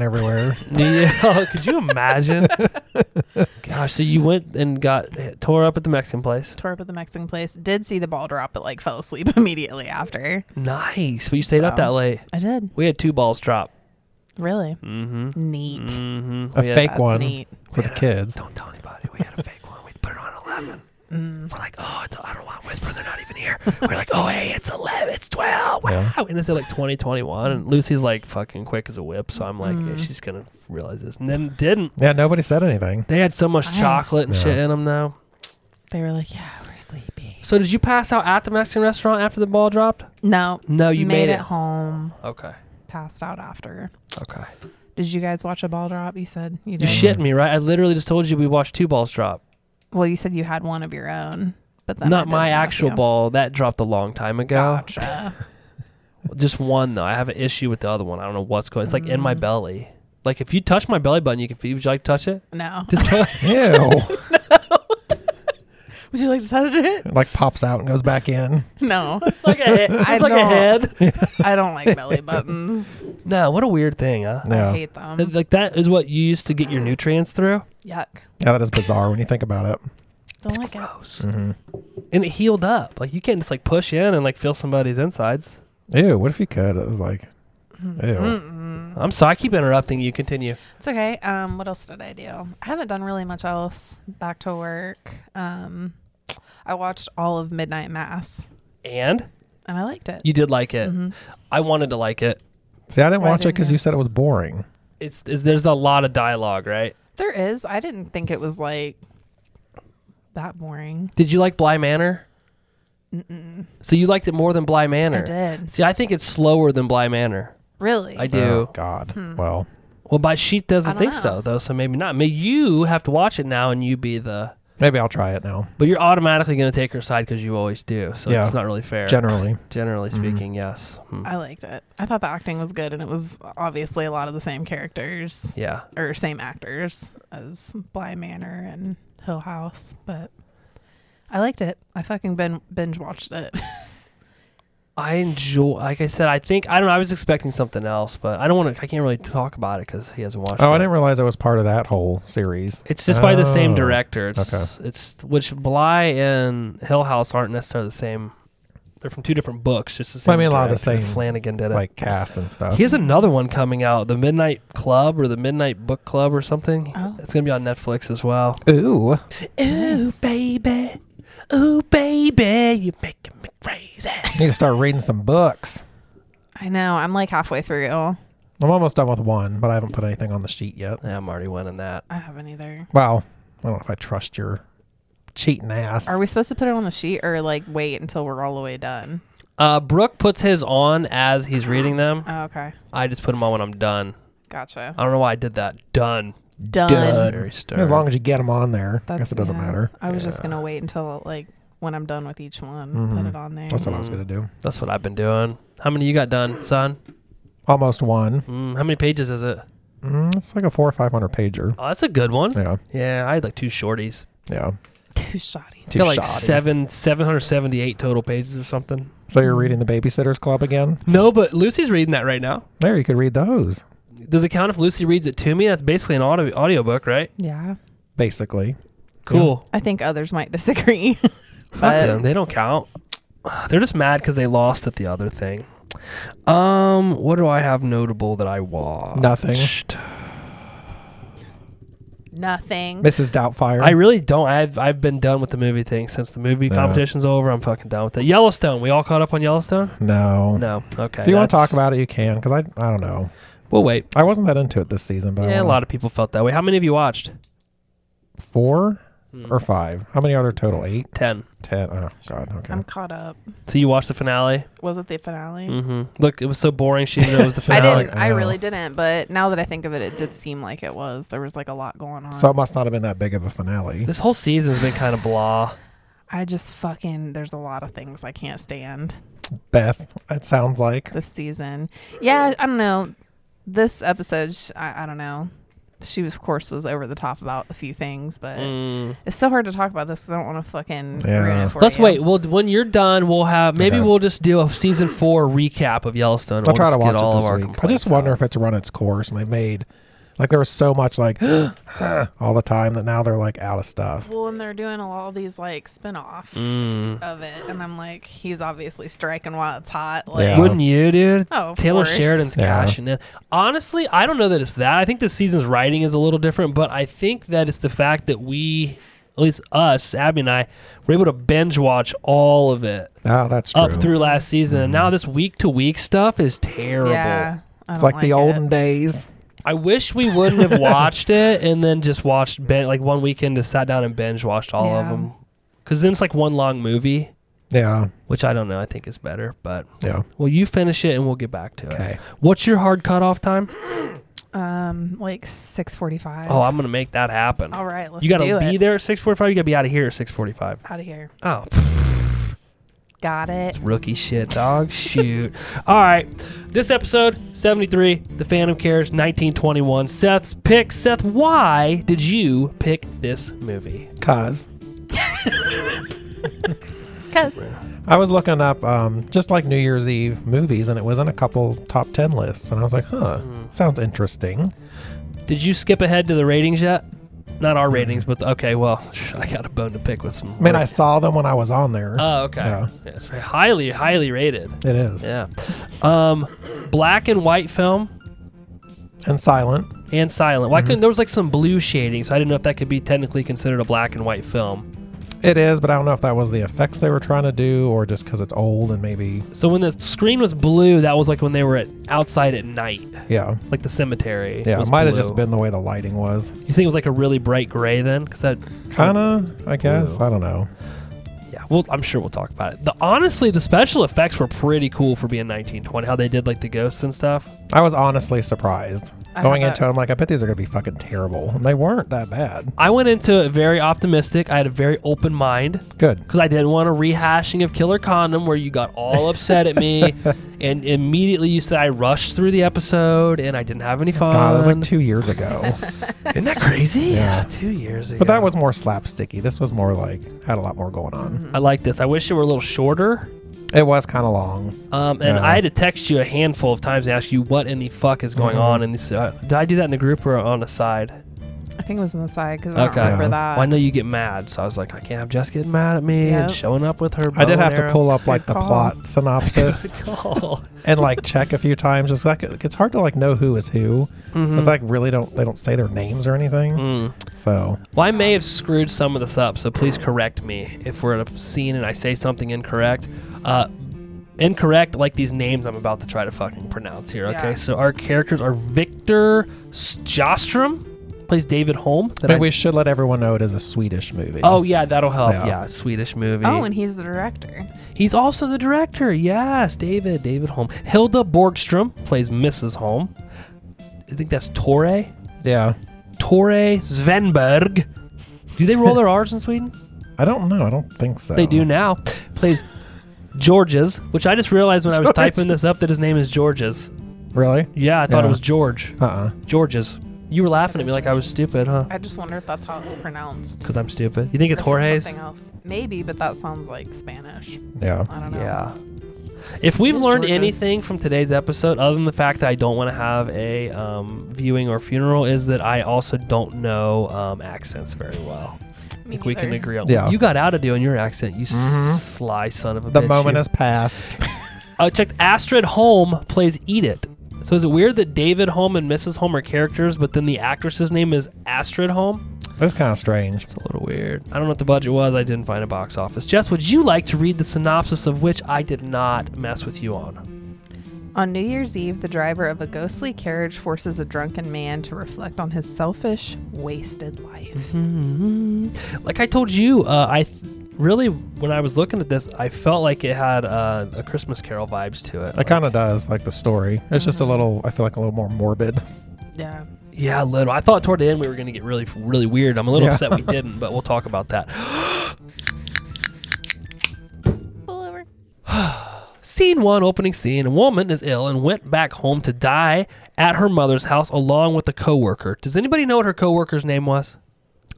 S2: everywhere.
S1: Yeah, could you imagine? Gosh, so you went and got tore up at the Mexican place.
S4: Tore up at the Mexican place. Did see the ball drop, but like fell asleep immediately after.
S1: Nice, but you stayed up
S4: So-
S1: that late.
S4: I did.
S1: We had two balls drop.
S4: Really?
S1: Mm-hmm.
S4: Neat.
S1: Mm-hmm.
S2: A fake
S4: That's
S2: one
S4: neat.
S2: for the kids.
S1: Don't tell anybody. We had a fake one. We put it on eleven.
S4: Mm.
S1: We're like, oh, it's, I don't want to whisper. They're not even here. We're like, oh, hey, it's 11, it's 12. Wow.
S2: Yeah.
S1: And it's at like 20, 21. And Lucy's like fucking quick as a whip. So I'm like,
S4: Mm.
S1: yeah, she's going to realize this. And then didn't.
S2: Yeah, nobody said anything.
S1: They had so much
S4: Nice.
S1: chocolate and shit
S2: Yeah.
S1: in them now.
S4: They were like, yeah, we're sleepy.
S1: So did you pass out at the Mexican restaurant after the ball dropped?
S4: No.
S1: No, Oh, you made,
S4: it. home.
S1: Okay.
S4: Passed out after.
S1: Okay.
S4: Did you guys watch a ball drop? You said you
S1: You
S4: did.
S1: shit me, right? I literally just told you we watched two balls drop.
S4: Well, you said you had one of your own, but then I
S1: Not
S4: didn't
S1: my
S4: have
S1: actual
S4: you.
S1: ball. That dropped a long time ago.
S4: Gotcha.
S1: Just one though. I have an issue with the other one. I don't know what's going. It's like in
S4: Mm.
S1: my belly. Like if you touch my belly button, you can. feel- Would you like to touch it?
S4: no.
S1: Just touch.
S2: Ew.
S4: Would you like to touch it?
S2: it like pops out and goes back in.
S4: No,
S1: like a head.
S4: I
S1: like a
S4: don't.
S1: head.
S4: I don't like belly buttons.
S1: No, what a weird thing, huh?
S2: Yeah.
S4: I hate them.
S1: Th- Uh, Like that is what you used to get your nutrients through.
S4: Yuck.
S2: Yeah, that is bizarre when you think about it.
S4: Don't like it.
S1: Gross. And it healed up. Like you can't just like push in and like feel somebody's insides.
S2: Ew, what if you could? It was like, ew.
S1: I'm sorry. I keep interrupting you. Continue.
S4: It's okay. Um, what else did I do? I haven't done really much else. Back to work. Um, I watched all of Midnight Mass
S1: And
S4: and I liked it. Mm-hmm.
S1: you did like it. I wanted to like it.
S2: See, I didn't
S4: Why
S2: watch it
S4: didn't
S2: because
S4: you?
S2: you said it was boring.
S1: It's, is there's a lot of dialogue, right?
S4: There is. I didn't think it was like that boring.
S1: Did you like Bly Manor? So you liked it more than Bly Manor.
S4: I did.
S1: See, I think it's slower than Bly Manor.
S4: Really?
S1: I do.
S2: Oh, God.
S4: Hmm.
S2: Well,
S1: Well, but she doesn't
S4: I don't
S1: think
S4: know.
S1: so, though. So maybe not. Maybe you have to watch it now, and you be the.
S2: maybe I'll try it now.
S1: But you're automatically going to take her side because you always do. So
S2: Yeah. Mm-hmm.
S1: it's not really fair.
S2: Generally,
S1: Generally speaking, yes. Hmm.
S4: I liked it. I thought the acting was good and it was obviously a lot of the same characters
S1: Yeah.
S4: or same actors as Bly Manor and Hill House, but I liked it. I fucking bin- binge watched it.
S1: I enjoy. Like I said, I think I don't know. I was expecting something else, but I don't want to. I can't really talk about it because he hasn't watched.
S2: oh,
S1: it.
S2: I didn't realize I was part of that whole series.
S1: It's just by the same
S2: Oh,
S1: director. It's, It's which Bly and Hill House aren't necessarily the same. They're from two different books. Just the same.
S2: Well, I mean, a lot of the
S1: director.
S2: same,
S1: Flanagan did it.
S2: Like uh, cast and stuff.
S1: he has another one coming out, the Midnight Club or the Midnight Book Club or something.
S4: Oh.
S1: It's gonna be on Netflix as well.
S2: Ooh,
S1: Ooh baby, ooh baby, you're making me crazy.
S2: need to start reading some books.
S4: I know. I'm like halfway through.
S2: I'm almost done with one, but I haven't put anything on the sheet yet.
S1: Yeah, I'm already winning that.
S4: I haven't either.
S2: Wow, I don't know if I trust your cheating ass.
S4: Are we supposed to put it on the sheet or like wait until we're all the way done?
S1: Uh, Brooke puts his on as he's reading them.
S4: Oh, okay.
S1: I just put them on when I'm done.
S4: Gotcha.
S1: I don't know why I did that. Done.
S4: Done.
S2: Done.
S1: Very stern.
S2: as long as you get them on there, I
S4: That's-
S2: guess it doesn't
S4: yeah.
S2: matter.
S4: I was just gonna wait until like when I'm done with each one, put
S2: Mhm.
S4: it on there.
S2: That's what I was gonna do.
S1: That's what I've been doing. How many you got done, son?
S2: Almost one.
S1: Mm, how many pages is it?
S2: Mm, it's like a four or five hundred pager.
S1: Oh, that's a good one.
S2: Yeah,
S1: Yeah, I had like two shorties.
S2: yeah.
S4: Two shotties.
S1: I got like
S2: shotties.
S1: seven, seven hundred seventy-eight total pages or something.
S2: So you're reading the Babysitters Club again?
S1: No, but Lucy's reading that right now.
S2: There, you could read those.
S1: Does it count if Lucy reads it to me? That's basically an audio audiobook, right?
S4: Yeah.
S2: Basically,
S1: Mm-hmm. Cool.
S4: I think others might disagree.
S1: Fuck
S4: But-
S1: them. They don't count. They're just mad because they lost at the other thing. Um, what do I have notable that I watched?
S2: Nothing.
S4: Nothing.
S2: Mrs. Doubtfire.
S1: I really don't. I've I've been done with the movie thing since the movie
S2: Yeah.
S1: competition's over. I'm fucking done with it. Yellowstone. We all caught up on Yellowstone.
S2: no.
S1: No. Okay.
S2: Mm. If you want to
S1: that's-
S2: talk about it, you can. Because I, I don't know.
S1: We'll wait.
S2: I wasn't that into it this season, but I
S1: Yeah, a
S2: wanna-
S1: lot of people felt that way. How many of you watched? Mm,
S2: four or five. How many are there total? Eight,
S1: Ten.
S2: ten. Oh God. Okay.
S4: I'm caught up.
S1: So you watched the finale.
S4: Was it the finale?
S1: hmm Look, it was so boring. She didn't know it was the
S4: I
S1: finale.
S4: didn't. I
S2: no.
S4: really didn't. But now that I think of it, it did seem like it was. There was like a lot going on.
S2: so it must not have been that big of a finale.
S1: This whole season's been kind of blah.
S4: I just fucking. There's a lot of things I can't stand.
S2: Beth, it sounds like.
S4: this season. Yeah, I don't know. This episode, sh- I, I don't know. She, was, of course, was over the top about a few things, but
S1: Mm.
S4: it's so hard to talk about this 'cause I don't want to fucking
S2: Yeah.
S4: ruin it for
S1: Let's
S4: you.
S1: wait. Well, d- when you're done, we'll have maybe
S2: Okay.
S1: we'll just do a season four recap of Yellowstone. and
S2: I'll
S1: we'll
S2: try
S1: just
S2: to
S1: get
S2: watch
S1: all
S2: it
S1: of our
S2: this week. I
S1: complaints
S2: just wonder
S1: out.
S2: if it's run its course and they made like there was so much like all the time that now they're like out of stuff.
S4: Well, and they're doing all these like spin offs
S1: Mm.
S4: of it, and I'm like, he's obviously striking while it's hot. Like,
S2: Yeah.
S1: Wouldn't you, dude?
S4: Oh, of
S1: Taylor
S4: course.
S1: Sheridan's
S2: Yeah.
S1: cashing in. Honestly, I don't know that it's that. I think this season's writing is a little different, but I think that it's the fact that we least us, Abby and I, were able to binge watch all of it
S2: Oh, that's true. Mm-hmm.
S1: up through last season. And now this week to week stuff is terrible.
S4: Yeah. I
S2: it's
S4: don't
S2: like, the
S4: it.
S2: olden days.
S1: I wish we wouldn't have watched it and then just watched ben- like one weekend just sat down and binge watched all of
S4: Yeah.
S1: them. Because then it's like one long movie,
S2: Yeah.
S1: which I don't know. I think is better, but
S2: Yeah.
S1: well, you finish it and we'll get back to it.
S2: Okay.
S1: What's your hard cutoff time?
S4: Um, like six forty-five.
S1: Oh, I'm gonna make that happen.
S4: all right. Let's
S1: you gotta
S4: do
S1: be
S4: it.
S1: there at 6:45. You gotta be out of here at 6:45.
S4: Out of here.
S1: Oh,
S4: Got it.
S1: rookie shit, dog. Shoot. All right. This episode, 73, The Phantom Cares, 1921. Seth's pick. Seth, why did you pick this movie?
S2: Cause
S4: Cause
S2: I was looking up um, just like New Year's Eve movies, and it was in a couple top ten lists, and I was like, huh, sounds interesting.
S1: Did you skip ahead to the ratings yet? Not our ratings, but the, okay, well, I got a bone to pick with some.
S2: I mean, I saw them when I was on there.
S1: Oh, okay.
S2: Yeah.
S1: Yeah, it's very highly, highly rated.
S2: it is
S1: Yeah. Um, black and white film
S2: and silent.
S1: and silent. Why
S2: Mm-hmm.
S1: couldn't there was like some blue shading, so I didn't know if that could be technically considered a black and white film.
S2: It is, but I don't know if that was the effects they were trying to do, or just because it's old and maybe
S1: So when the screen was blue, that was like when they were at outside at night,
S2: yeah,
S1: like the cemetery.
S2: yeah. It
S1: was
S2: might have
S1: blue.
S2: just been the way the lighting was.
S1: You think it was like a really bright gray then? Because that
S2: Kinda, I guess.
S1: Blue.
S2: I don't know.
S1: Yeah, well, I'm sure we'll talk about it. The honestly, the special effects were pretty cool for being 1920. How they did like the ghosts and stuff.
S2: I was honestly surprised
S4: I
S2: going
S4: have
S2: into it. I'm like, I bet these are gonna be fucking terrible, and they weren't that bad.
S1: I went into it very optimistic. I had a very open mind
S2: Good.
S1: because I didn't want a rehashing of Killer Condom where you got all upset at me, and immediately you said I rushed through the episode and I didn't have any fun.
S2: God, that was like two years ago.
S1: Isn't that crazy?
S2: Yeah.
S1: two years ago.
S2: But that was more slapsticky. This was more like had a lot more going on.
S1: I like this. I wish it were a little shorter.
S2: It was kind of long.
S1: Um, and
S2: Yeah.
S1: I had to text you a handful of times to ask you what in the fuck is
S2: Mm-hmm.
S1: going on. And this, uh, did I do that in the group or on the side?
S4: I think it was on the side because I don't
S1: Okay.
S4: remember
S2: Yeah.
S4: that.
S1: Well, I know you get mad, so I was like, I can't have Jess getting mad at me and
S4: Yep.
S1: showing up with her.
S2: I did
S1: bow
S2: have
S1: and
S2: to
S1: arrow.
S2: pull up like the
S4: call.
S2: plot synopsis
S1: Call.
S2: and like check a few times. It's like it's hard to like know who is who.
S1: Mm-hmm.
S2: It's like really don't they don't say their names or anything.
S1: Mm.
S2: So
S1: Well, I may have screwed some of this up, so please correct me if we're at a scene and I say something incorrect. Uh, incorrect, like these names I'm about to try to fucking pronounce here. Okay,
S4: Yeah.
S1: so our characters are Victor Jostrom, plays David Holm. Did
S2: I mean,
S1: I-
S2: we should let everyone know it is a Swedish movie.
S1: oh yeah, that'll help. Yeah,
S2: Yeah.
S1: Swedish movie.
S4: oh, and he's the director.
S1: He's also the director. Yes, David. David Holm. Hilda Borgstrom plays Mrs. Holm. I think that's Torre.
S2: yeah.
S1: Torre Svenberg. Do they roll their R's in Sweden?
S2: I don't know. I don't think so.
S1: They do now. Plays Georges, which I just realized when I was typing this up that his name is Georges.
S2: Really?
S1: Yeah, I thought it
S2: Yeah.
S1: was George.
S2: Uh uh
S1: Georges. You were laughing at me like I was stupid, huh?
S4: I just wonder if that's how it's pronounced.
S1: Because I'm stupid. You think it's
S4: Or if
S1: Jorge's?
S4: Something else. Maybe, but that sounds like Spanish.
S2: Yeah.
S4: I don't know.
S1: Yeah. If we've
S4: It's
S1: learned
S4: George's.
S1: anything from today's episode, other than the fact that I don't want to have a um, viewing or funeral, is that I also don't know um, accents very well. I
S4: Me
S1: think we can
S4: neither.
S1: agree on.
S2: Yeah.
S1: You got out of doing your accent, you s sly son of a
S2: The
S1: bitch.
S2: moment
S1: you.
S2: has passed.
S1: I checked. Astrid Holm plays Eat It. So is it weird that David Holm and Mrs. Holm are characters, but then the actress's name is Astrid Holm?
S2: That's kind of strange.
S1: It's a little weird. I don't know what the budget was. I didn't find a box office. Jess, would you like to read the synopsis of which I did not mess with you on?
S4: On New Year's Eve, the driver of a ghostly carriage forces a drunken man to reflect on his selfish, wasted life.
S1: Mm-hmm. Like I told you, uh, I th- really, when I was looking at this, I felt like it had uh, a Christmas Carol vibes to it.
S2: It kind of does, like the story. It's just a little, I feel like a little more morbid.
S4: Yeah.
S1: Yeah, a little. I thought toward the end we were going to get really, really weird. I'm a little
S2: Yeah.
S1: upset we didn't, but we'll talk about that.
S5: Pull over.
S1: Scene one, opening scene. A woman is ill and went back home to die at her mother's house along with a coworker. Does anybody know what her coworker's name was?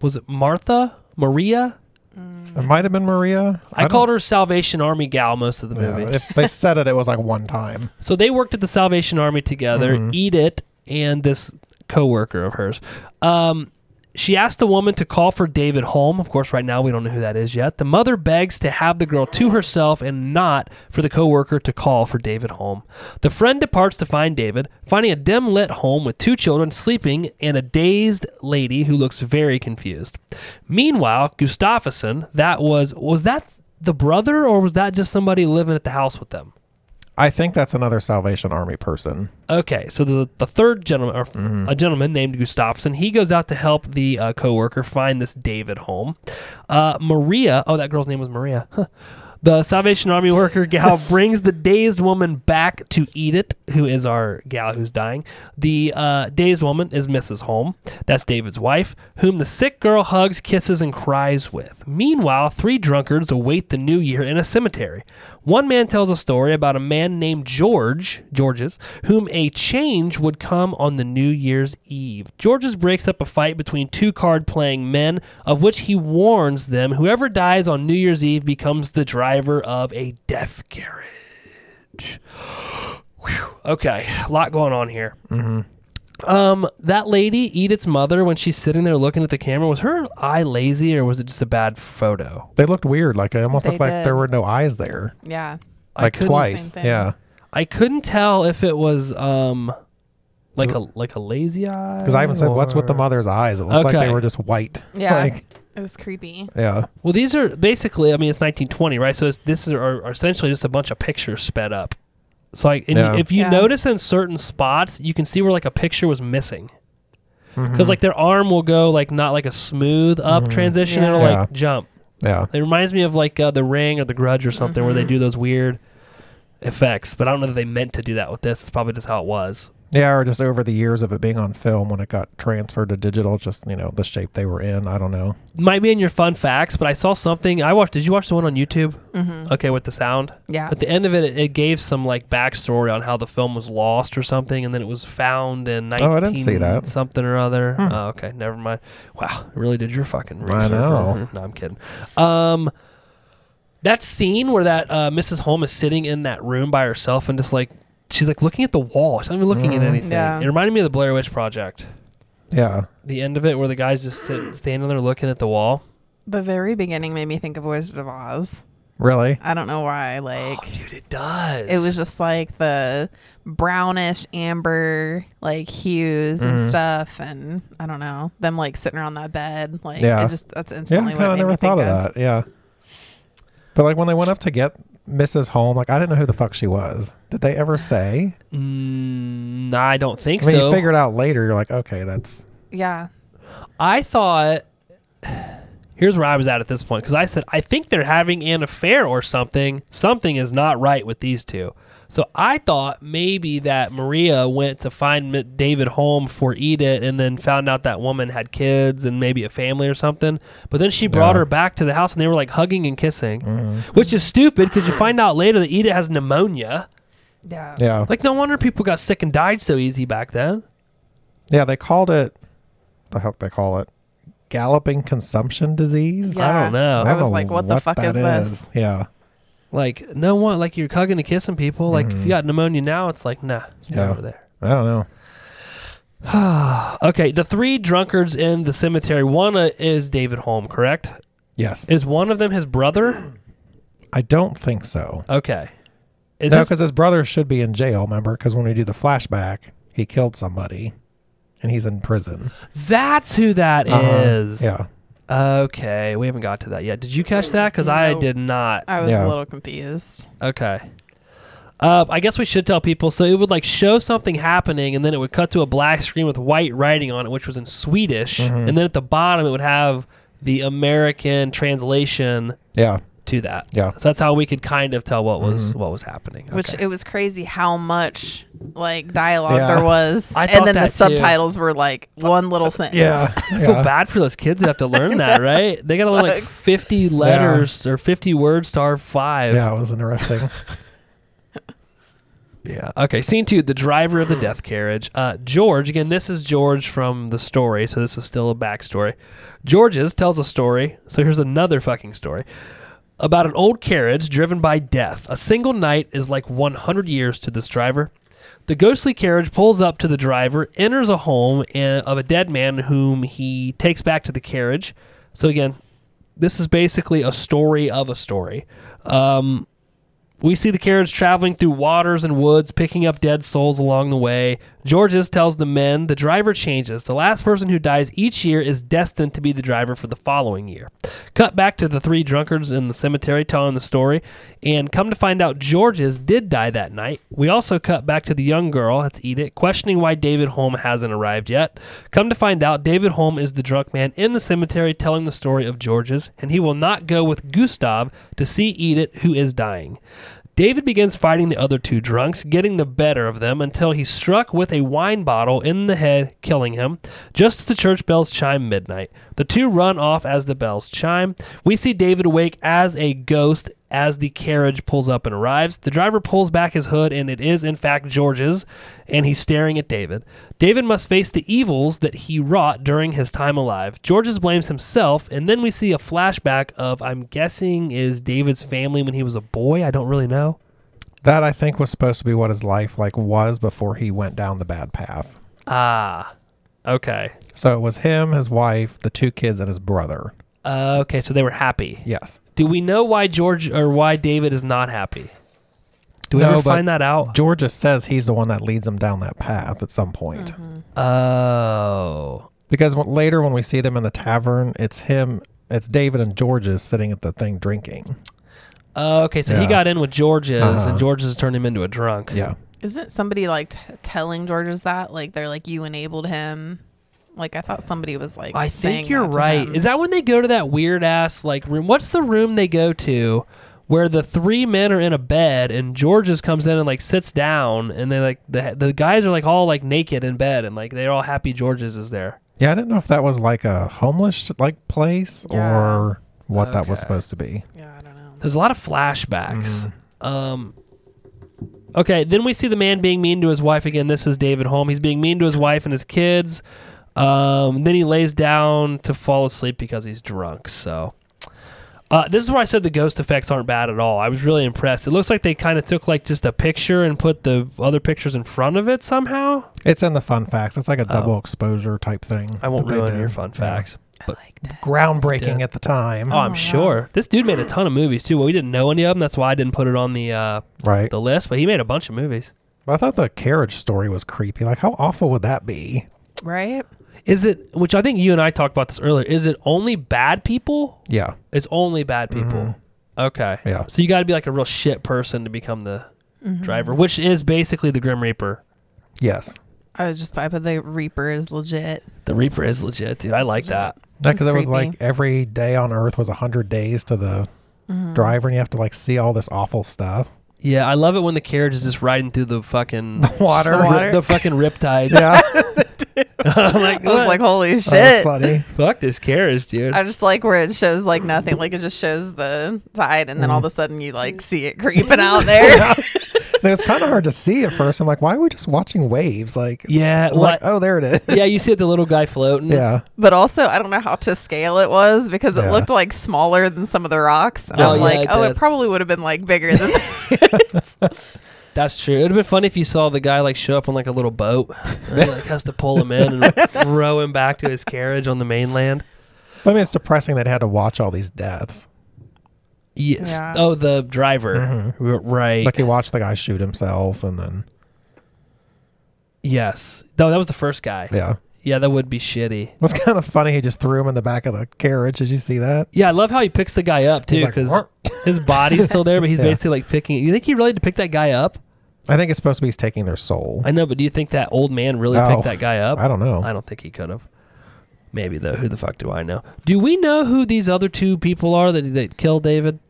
S1: Was it Martha? Maria?
S2: It might have been Maria.
S1: I, called her Salvation Army gal most of the
S2: Yeah,
S1: movie.
S2: if they said it, it was like one time.
S1: So they worked at the Salvation Army together, Edith and this coworker of hers. Um, She asked the woman to call for David home. Of course, right now we don't know who that is yet. The mother begs to have the girl to herself and not for the coworker to call for David home. The friend departs to find David, finding a dim lit home with two children sleeping and a dazed lady who looks very confused. Meanwhile, Gustafsson, that was was that the brother or was that just somebody living at the house with them?
S2: I think that's another Salvation Army person.
S1: Okay, so the, the third gentleman, or a gentleman named Gustafsson, he goes out to help the uh, coworker find this David home. Uh, Maria, oh, that girl's name was Maria. Huh. The Salvation Army worker gal brings the dazed woman back to Edith, who is our gal who's dying. The uh, dazed woman is Mrs. Holm, that's David's wife, whom the sick girl hugs, kisses, and cries with. Meanwhile, three drunkards await the new year in a cemetery. One man tells a story about a man named George, Georges, whom a change would come on the New Year's Eve. Georges breaks up a fight between two card playing men, of which he warns them whoever dies on New Year's Eve becomes the driver of a death carriage. Whew. Okay, a lot going on here. Um, that lady, Edith's mother, when she's sitting there looking at the camera, was her eye lazy or was it just a bad photo?
S2: They looked weird. Like it almost
S4: They
S2: looked like
S4: did.
S2: there were no eyes there.
S4: Yeah.
S1: I
S2: Like
S1: couldn't-
S2: twice.
S4: Same thing.
S2: Yeah.
S1: I couldn't tell if it was um like a like a lazy eye.
S2: Because I haven't said what's with the
S1: or-
S2: mother's eyes. It looked like
S1: Okay.
S2: they were just white.
S4: Yeah.
S2: Like,
S4: It was creepy.
S2: yeah.
S1: Well, these are basically. I mean, it's 1920, right? So it's, this is are, are essentially just a bunch of pictures sped up. So like, and
S2: Yeah.
S1: if you
S4: Yeah.
S1: notice in certain spots, you can see where like a picture was missing.
S2: Mm-hmm.
S1: Because like their arm will go like not like a smooth up transition,
S4: Yeah.
S1: it'll
S2: Yeah.
S1: like jump.
S2: Yeah.
S1: It reminds me of like uh, the Ring or the Grudge or something
S4: Mm-hmm.
S1: where they do those weird effects. But I don't know that they meant to do that with this. It's probably just how it was.
S2: Yeah, or just over the years of it being on film when it got transferred to digital, just, you know, the shape they were in. I don't know.
S1: might be in your fun facts, but I saw something. I watched. Did you watch the one on YouTube? Mm-hmm. Okay, with the sound.
S4: Yeah.
S1: At the end of it, it, it gave some like backstory on how the film was lost or something, and then it was found in nineteen
S2: Oh, I didn't see that. Hmm.
S1: something or other. Oh, okay, never mind. Wow, really did your fucking
S2: I
S1: research.
S2: know.
S1: no, I'm kidding. Um, that scene where that uh, Mrs. Holm is sitting in that room by herself and just like she's like looking at the wall. She's not even looking
S2: Mm-hmm.
S1: at anything.
S4: Yeah.
S1: It reminded me of the Blair Witch Project.
S2: Yeah.
S1: The end of it where the guy's just sit, standing there looking at the wall.
S4: The very beginning made me think of Wizard of Oz.
S2: Really?
S4: I don't know why. Like,
S1: Oh, Dude, it does.
S4: it was just like the brownish amber like hues and
S2: Mm-hmm.
S4: stuff and i don't know them like sitting around that bed like
S2: Yeah.
S4: it just that's
S2: Yeah,
S4: instantly
S2: I
S4: what
S2: kind
S4: it made
S2: of never
S4: me
S2: thought
S4: think
S2: of that. Yeah. But like when they went up to get Mrs. Holm, like I didn't know who the fuck she was. Did they ever say?
S1: Mm, nah, I don't think
S2: I mean,
S1: so.
S2: you figured out later. You're like, okay, that's
S4: yeah
S1: I thought. Here's where I was at at this point because I said I think they're having an affair or something. Something is not right with these two. So I thought maybe that Maria went to find M- David home for Edith and then found out that woman had kids and maybe a family or something. But then she brought
S2: Yeah.
S1: her back to the house and they were like hugging and kissing,
S4: Mm-hmm.
S1: which is stupid because you find out later that Edith has pneumonia.
S4: yeah
S2: yeah,
S1: Like no wonder people got sick and died so easy back then.
S2: yeah. They called it. The heck they call it? Galloping consumption disease.
S1: I don't know.
S2: don't
S4: i was
S2: know
S4: like what the fuck
S2: that
S4: is this
S2: Yeah,
S1: Like no one, like you're hugging and kissing people. Like if you got pneumonia now, it's like nah, it's not
S2: Mm-hmm. Yeah.
S1: over there.
S2: I don't know.
S1: Okay, the three drunkards in the cemetery. One uh, is David Holm, correct?
S2: Yes,
S1: Is one of them his brother?
S2: I don't think so.
S1: Okay. Is
S2: no,
S1: his-
S2: because his brother should be in jail. Remember, because when we do the flashback, he killed somebody, and he's in prison.
S1: that's who that is.
S2: Uh-huh. Yeah.
S1: Okay, we haven't got to that yet. Did you catch that? Because I
S4: No.
S1: did not.
S4: i was
S2: Yeah.
S4: a little confused
S1: Okay. Uh, I guess we should tell people. So it would like show something happening, and then it would cut to a black screen with white writing on it, which was in Swedish,
S2: Mm-hmm.
S1: and then at the bottom it would have the American translation
S2: Yeah.
S1: to that.
S2: Yeah.
S1: So that's how we could kind of tell what was
S2: Mm-hmm.
S1: what was happening.
S4: which
S1: Okay.
S4: it was crazy how much like dialogue
S2: Yeah. Uh,
S4: there was
S1: I thought
S4: and then
S1: that
S4: the
S1: too.
S4: subtitles were like one little sentence
S2: Yeah.
S1: I feel bad for those kids that have to learn that, right? They got to learn like
S4: Sucks.
S1: fifty letters or fifty words to our five.
S2: Yeah, it was interesting.
S1: Yeah. Okay. Scene two: the driver of the death carriage, uh, George. Again, this is George from the story, so this is still a backstory. George's tells a story. So here's another fucking story about an old carriage driven by death. A single night is like 100 years to this driver. The ghostly carriage pulls up to the driver, enters a home and, of a dead man whom he takes back to the carriage. So, again, this is basically a story of a story. Um, we see the carriage traveling through waters and woods, picking up dead souls along the way. Georges tells the men the driver changes. The last person who dies each year is destined to be the driver for the following year. Cut back to the three drunkards in the cemetery telling the story, and come to find out Georges did die that night. We also cut back to the young girl, that's Edith, questioning why David Holm hasn't arrived yet. Come to find out, David Holm is the drunk man in the cemetery telling the story of Georges, and he will not go with Gustav to see Edith, who is dying. David begins fighting the other two drunks, getting the better of them until he's struck with a wine bottle in the head, killing him, just as the church bells chime midnight. The two run off as the bells chime. We see David awake as a ghost as the carriage pulls up and arrives. The driver pulls back his hood, and it is, in fact, George's, and he's staring at David. David must face the evils that he wrought during his time alive. George's blames himself, and then we see a flashback of, I'm guessing, is David's family when he was a boy. I don't really know.
S2: That I think was supposed to be what his life like was before he went down the bad path.
S1: Ah, okay.
S2: So it was him, his wife, the two kids, and his brother.
S1: Uh, okay, so they were happy.
S2: Yes.
S1: Do we know why George or why David is not happy? Do we
S2: No,
S1: ever
S2: but
S1: find that out?
S2: Georgia says he's the one that leads him down that path at some point.
S1: Oh,
S2: Because when, later when we see them in the tavern, it's him, it's David and Georgia sitting at the thing drinking.
S1: Oh, okay, so he
S2: Yeah.
S1: got in with George's,
S2: Uh-huh.
S1: and George's turned him into a drunk.
S2: Yeah.
S4: Isn't somebody like t- telling Georges that? Like they're like you enabled him. Like I thought somebody was like.
S1: I
S4: saying
S1: think you're
S4: that to
S1: right.
S4: him.
S1: Is that when they go to that weird ass like room? What's the room they go to where the three men are in a bed and George's comes in and like sits down and they like the the guys are like all like naked in bed and like they're all happy George's is there.
S2: Yeah, I didn't know if that was like a homeless like place
S4: Yeah.
S2: or what that was
S1: Okay.
S2: supposed to be.
S4: yeah, I don't know.
S1: There's a lot of flashbacks.
S2: Mm-hmm.
S1: Um, okay, then we see the man being mean to his wife again. This is David Holm. He's being mean to his wife and his kids. Um, then he lays down to fall asleep because he's drunk. So. Uh, this is where I said the ghost effects aren't bad at all. I was really impressed. It looks like they kind of took like just a picture and put the other pictures in front of it somehow.
S2: It's in the fun facts. It's like a double exposure type thing.
S1: Oh. I won't
S2: that they
S1: ruin
S2: did.
S1: your fun
S2: Yeah.
S1: facts. But
S2: Groundbreaking
S1: Yeah.
S2: at the time.
S1: oh, I'm
S4: wow.
S1: sure this dude made a ton of movies too. Well, we didn't know any of them. That's why I didn't put it on the uh,
S2: right.
S1: the list. But he made a bunch of movies.
S2: But I thought the carriage story was creepy. Like, how awful would that be?
S4: Right?
S1: Is it, which I think you and I talked about this earlier, is it only bad people?
S2: Yeah.
S1: It's only bad people. Okay.
S2: Mm-hmm. Yeah.
S1: So you got to be like a real shit person to become the driver, which is basically the Grim Reaper.
S2: Yes.
S4: I was just I put the Reaper is legit.
S1: The Reaper is legit, dude. I like that.
S4: That's
S2: Because it was
S4: creepy.
S2: like every day on Earth was hundred days to the
S1: Mm-hmm.
S2: driver, and you have to like see all this awful stuff.
S1: Yeah, I love it when the carriage is just riding through the fucking
S2: water.
S1: the,
S4: Water.
S1: the fucking riptides.
S2: Yeah,
S1: I'm like, Oh,
S4: I was like, holy
S2: that was
S4: shit.
S2: funny.
S1: fuck this carriage, dude.
S4: I just like where it shows like nothing. Like it just shows the tide, and then
S1: Mm.
S4: all of a sudden you like see it creeping out there.
S2: It was kind of hard to see at first. I'm like, why are we just watching waves? Like,
S1: yeah,
S2: I'm like
S1: like,
S2: oh, there it is.
S1: yeah, you see the little guy floating.
S2: Yeah,
S4: but also, I don't know how to scale it was because it
S2: Yeah.
S4: looked like smaller than some of the rocks. And
S1: Oh,
S4: I'm
S1: yeah,
S4: like,
S1: it
S4: oh,
S1: did.
S4: it probably would have been like bigger than
S1: That's true. It'd have been funny if you saw the guy like show up on like a little boat, and, like has to pull him in and row him back to his carriage on the mainland.
S2: But, I mean, it's depressing that I had to watch all these deaths.
S1: Yes.
S4: Yeah.
S1: Oh, the driver. R- Right.
S2: Mm-hmm. Like, you watch the guy shoot himself, and then
S1: yes. No, that was the first guy. Yeah.
S2: yeah,
S1: that would be shitty.
S2: it was kind of funny. He just threw him in the back of the carriage. Did you see that?
S1: Yeah, I love how he picks the guy up too,
S2: He's like,
S1: because
S2: "Whoop."
S1: his body's still there, but he's
S2: Yeah.
S1: basically like picking. You think he really had to pick that guy up?
S2: I think it's supposed to be he's taking their soul.
S1: I know, but do you think that old man really
S2: Oh,
S1: picked that guy up?
S2: I don't know.
S1: I don't think he could have. Maybe though. Who the fuck do I know? Do we know who these other two people are that that killed David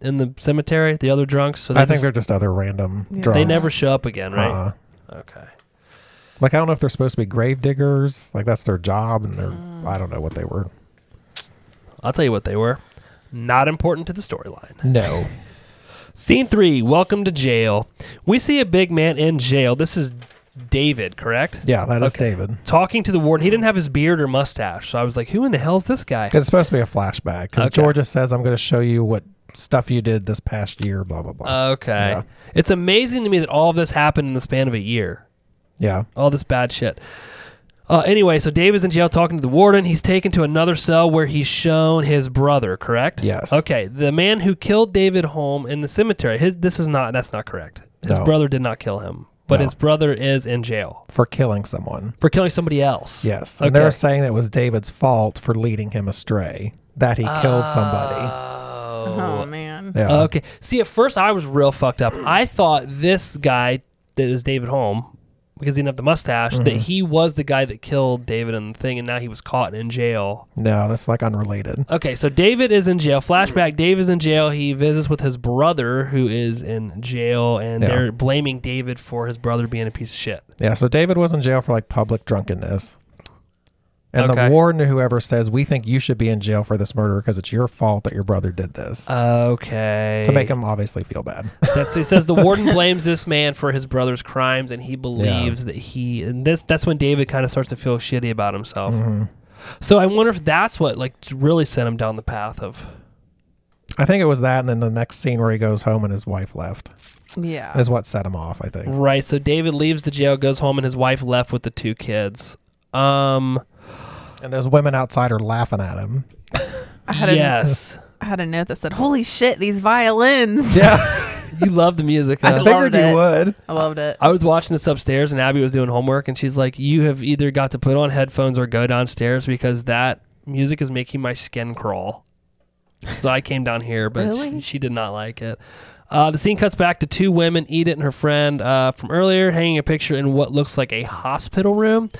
S1: in the cemetery? The other drunks. So
S2: I think
S1: just-
S2: they're just other random
S4: Yeah.
S2: drunks.
S1: They never show up again, right?
S2: Uh-uh.
S1: Okay.
S2: Like I don't know if they're supposed to be grave diggers. Like that's their job, and they're I don't know what they were.
S1: I'll tell you what they were. Not important to the storyline.
S2: No,
S1: Scene three. Welcome to jail. We see a big man in jail. This is David, correct?
S2: yeah, that is
S1: Okay.
S2: David.
S1: Talking to the warden. He didn't have his beard or mustache, so I was like, "Who in the hell is this guy?"
S2: It's supposed to be a flashback because
S1: Okay.
S2: Georgia says, "I'm going to show you what stuff you did this past year, blah blah blah.
S1: Okay.
S2: Yeah.
S1: It's amazing to me that all of this happened in the span of a year.
S2: yeah.
S1: All this bad shit. Uh, anyway, so Dave is in jail talking to the warden. He's taken to another cell where he's shown his brother, correct?
S2: Yes.
S1: Okay. The man who killed David Holm in the cemetery. His this is not that's not correct. His
S2: No.
S1: brother did not kill him. But
S2: No.
S1: his brother is in jail
S2: For killing someone.
S1: for killing somebody else.
S2: Yes. And
S1: Okay.
S2: they're saying that it was David's fault for leading him astray. That he killed somebody.
S1: Oh.
S4: Oh man.
S2: Yeah.
S1: Okay. See, at first I was real fucked up. I thought this guy that is David Holm, because he didn't have the mustache,
S2: Mm-hmm.
S1: that he was the guy that killed David and the thing, and now he was caught and in jail.
S2: No, that's like unrelated.
S1: Okay, so David is in jail. Flashback: Dave is in jail. He visits with his brother, who is in jail, and
S2: Yeah.
S1: they're blaming David for his brother being a piece of shit.
S2: Yeah, so David was in jail for like public drunkenness. And
S1: Okay.
S2: the warden or whoever says, We think you should be in jail for this murder because it's your fault that your brother did this.
S1: Okay.
S2: to make him obviously feel bad.
S1: That's, it says the warden blames this man for his brother's crimes, and he believes that he. And this that's when David kind of starts to feel shitty about himself. So I wonder if that's what like really sent him down the path of.
S2: I think it was that and then the next scene where he goes home and his wife left
S4: Yeah.
S2: is what set him off, I think.
S1: Right. So David leaves the jail, goes home, and his wife left with the two kids. Um.
S2: And those women outside are laughing at him.
S4: I had a
S1: Yes.
S4: I had a note that said, "Holy shit, these violins!"
S2: Yeah.
S1: you love the music.
S4: I
S1: huh?
S4: love- Loved
S2: Figured you
S4: it.
S2: would.
S4: I loved it.
S1: I was watching this upstairs, and Abby was doing homework, and she's like, "You have either got to put on headphones or go downstairs because that music is making my skin crawl." So I came down here, but she- she,
S4: Really?
S1: did not like it. Uh, the scene cuts back to two women, Edith and her friend uh, from earlier, hanging a picture in what looks like a hospital room.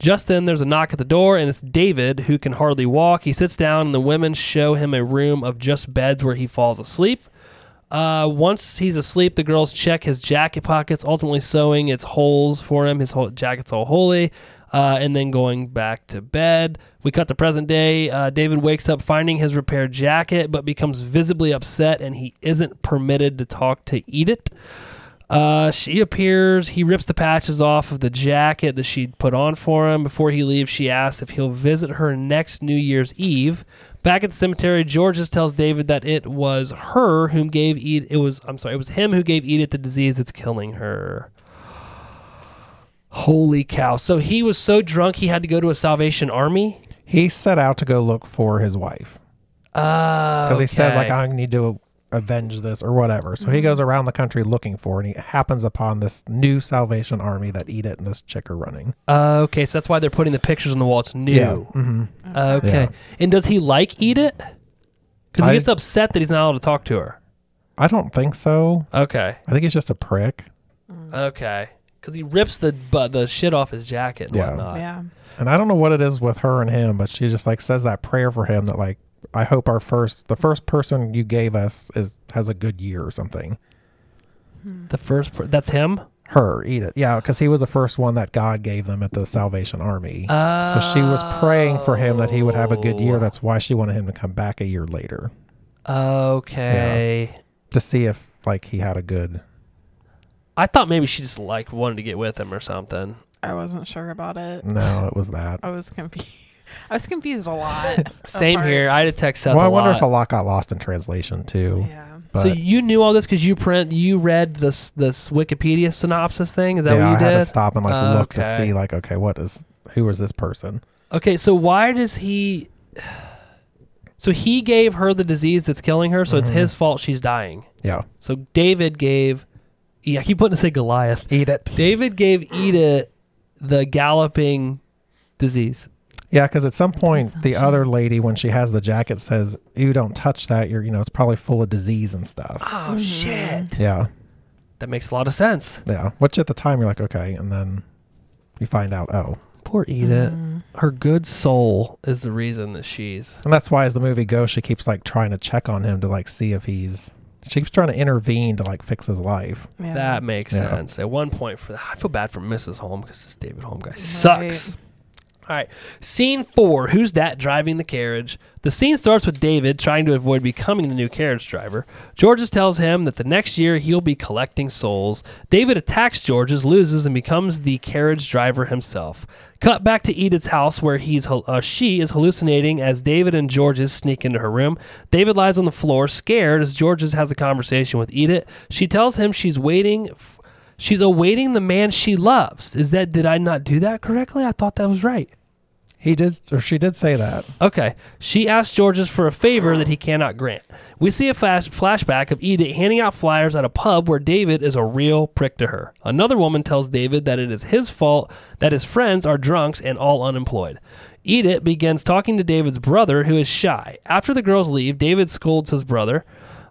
S1: Just then, there's a knock at the door, and it's David who can hardly walk. He sits down, and the women show him a room of just beds where he falls asleep. Uh, once he's asleep, the girls check his jacket pockets, ultimately sewing its holes for him. His whole jacket's all holy, uh, and then going back to bed. We cut the present day. Uh, David wakes up finding his repaired jacket, but becomes visibly upset, and he isn't permitted to talk to Edith. Uh, she appears. He rips the patches off of the jacket that she'd put on for him. Before he leaves, she asks if he'll visit her next New Year's Eve. Back at the cemetery, Georges tells David that it was her whom gave Edith. It was I'm sorry, it was him who gave Edith the disease that's killing her. Holy cow! So he was so drunk he had to go to a Salvation Army.
S2: He set out to go look for his wife. because
S1: Because
S2: Uh, he says like I need to avenge this or whatever. So he goes
S4: Mm-hmm.
S2: around the country looking for, it, and he happens upon this new Salvation Army that Edith and this chick are running.
S1: Uh, okay, so that's why they're putting the pictures on the wall. It's new.
S2: hmm
S1: Okay.
S2: Yeah.
S1: And does he like eat it? Because he
S2: I-
S1: gets upset that he's not allowed to talk to her.
S2: I don't think so.
S1: Okay.
S2: I think he's just a prick.
S4: Mm.
S1: Okay. Because he rips the bu- the shit off his jacket and
S2: Yeah.
S1: whatnot.
S4: yeah.
S2: And I don't know what it is with her and him, but she just like says that prayer for him that like I hope our first the first person you gave us is has a good year or something.
S1: The first per- that's him.
S2: Her, Edith. Yeah, because he was the first one that God gave them at the Salvation Army. so she was praying for him that he would have a good year.
S1: Oh.
S2: That's why she wanted him to come back a year later.
S1: Okay.
S2: to see if like he had a good
S1: I thought maybe she just like wanted to get with him or something.
S4: I wasn't sure about it.
S2: no it was that
S4: I was confused. I was confused a lot. of
S1: Same here. I had to
S4: parts.
S1: text Seth
S2: well
S1: a
S2: i wonder
S1: lot.
S2: if a lot got lost in translation too
S4: Yeah.
S2: but
S1: so you knew all this because you print you read this this Wikipedia synopsis thing. Is that
S2: yeah i
S1: what you
S2: had
S1: did?
S2: to stop and like
S1: Oh,
S2: look to
S1: okay.
S2: see like okay what is who is this person
S1: Okay, so why does he? So he gave her the disease that's killing her. So it's his fault she's dying.
S2: yeah
S1: So David gave. Yeah, I keep putting to say Goliath.
S2: eat it
S1: David gave Edith the galloping disease.
S2: yeah because at some point the other lady when she has the jacket says you don't touch that you're you know it's probably full of disease and stuff
S1: Oh shit!
S2: yeah
S1: That makes a lot of sense.
S2: yeah which at the time you're like okay and then you find out oh
S1: Poor Edith. Her good soul is the reason that she's.
S2: And that's why as the movie goes, she keeps like trying to check on him to like see if he's she keeps trying to intervene to like fix his life.
S4: Yeah.
S1: That makes
S2: Yeah.
S1: sense. At one point, for that, I feel bad for Mrs. Holm because this David Holm guy sucks. All right. Scene four Who's That Driving the Carriage? The scene starts with David trying to avoid becoming the new carriage driver. Georges tells him that the next year he'll be collecting souls. David attacks Georges, loses, and becomes the carriage driver himself. Cut back to Edith's house where he's hal- uh, she is hallucinating as David and Georges sneak into her room. David lies on the floor, scared, as Georges has a conversation with Edith. She tells him she's waiting. F- She's awaiting the man she loves. Is that did I not do that correctly? I thought that was right.
S2: He did, or she did say that.
S1: Okay. She asks Georges for a favor that he cannot grant. We see a flash flashback of Edith handing out flyers at a pub where David is a real prick to her. Another woman tells David that it is his fault that his friends are drunks and all unemployed. Edith begins talking to David's brother, who is shy. After the girls leave, David scolds his brother.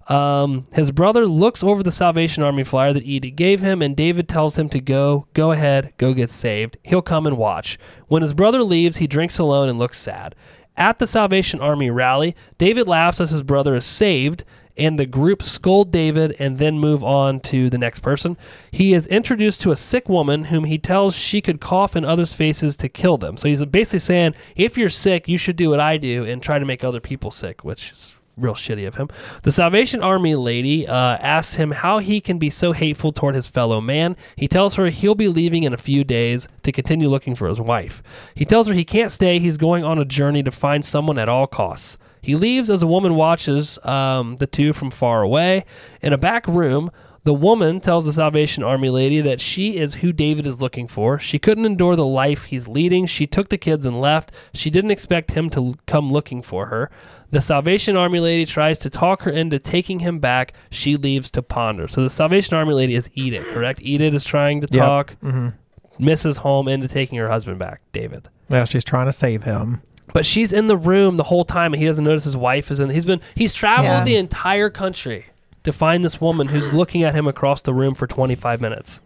S1: Um, his brother looks over the Salvation Army flyer that Edith gave him, and David tells him to go, go ahead, go get saved. He'll come and watch. When his brother leaves, he drinks alone and looks sad. At the Salvation Army rally, David laughs as his brother is saved, and the group scold David and then move on to the next person. He is introduced to a sick woman whom he tells she could cough in others' faces to kill them. So he's basically saying, if you're sick, you should do what I do and try to make other people sick, which is real shitty of him. The Salvation Army lady uh, asks him how he can be so hateful toward his fellow man. He tells her he'll be leaving in a few days to continue looking for his wife. He tells her he can't stay, he's going on a journey to find someone at all costs. He leaves as a woman watches um, the two from far away. In a back room, the woman tells the Salvation Army lady that she is who David is looking for. She couldn't endure the life he's leading. She took the kids and left. She didn't expect him to l- come looking for her. The Salvation Army lady tries to talk her into taking him back. She leaves to ponder. So the Salvation Army lady is Edith, correct? Edith is trying to
S2: Yep.
S1: talk
S2: Mm-hmm.
S1: Mrs. Home into taking her husband back, David.
S2: Yeah, she's trying to save him.
S1: But she's in the room the whole time, and he doesn't notice his wife is in. He's been he's traveled
S4: Yeah.
S1: the entire country to find this woman who's looking at him across the room for 25 minutes.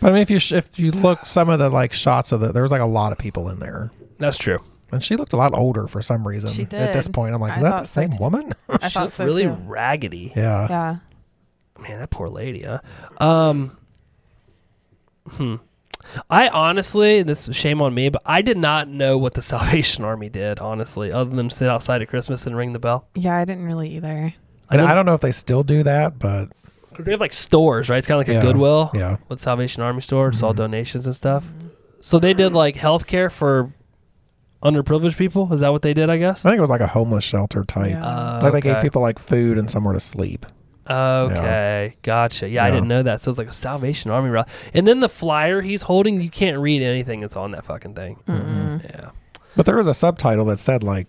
S2: But I mean, if you sh- if you look some of the like shots of the, there was like a lot of people in there,
S1: That's true.
S2: and she looked a lot older for some reason.
S4: She
S2: At this
S4: did.
S2: point, I'm like,
S4: I
S2: is that the
S4: thought so,
S2: same
S4: too.
S2: woman?
S4: I
S1: she
S4: thought
S1: looked
S4: so
S1: really
S4: too.
S1: raggedy.
S2: yeah.
S4: Yeah.
S1: Man, that poor lady, huh? Um, hmm. I honestly, this is shame on me, but I did not know what the Salvation Army did, honestly, other than sit outside at Christmas and ring the bell.
S4: Yeah, I didn't really either.
S1: I
S2: And I
S1: don't,
S2: don't know if they still do that, but
S1: they have like stores, right? It's kind of like
S2: Yeah.
S1: a Goodwill.
S2: yeah, Mm-hmm.
S1: with Salvation Army store. It's all donations and stuff. So they did like healthcare for underprivileged people. Is that what they did? I guess.
S2: I think it was like a homeless shelter type.
S4: Yeah.
S1: Uh,
S2: Like they gave
S1: okay.
S2: people like food and somewhere to sleep.
S1: Okay, gotcha. Yeah, I
S2: Yeah.
S1: didn't know that. So it's like a Salvation Army rally, and then the flyer he's holding, you can't read anything that's on that fucking thing.
S4: Mm-mm.
S1: Yeah.
S2: But there was a subtitle that said like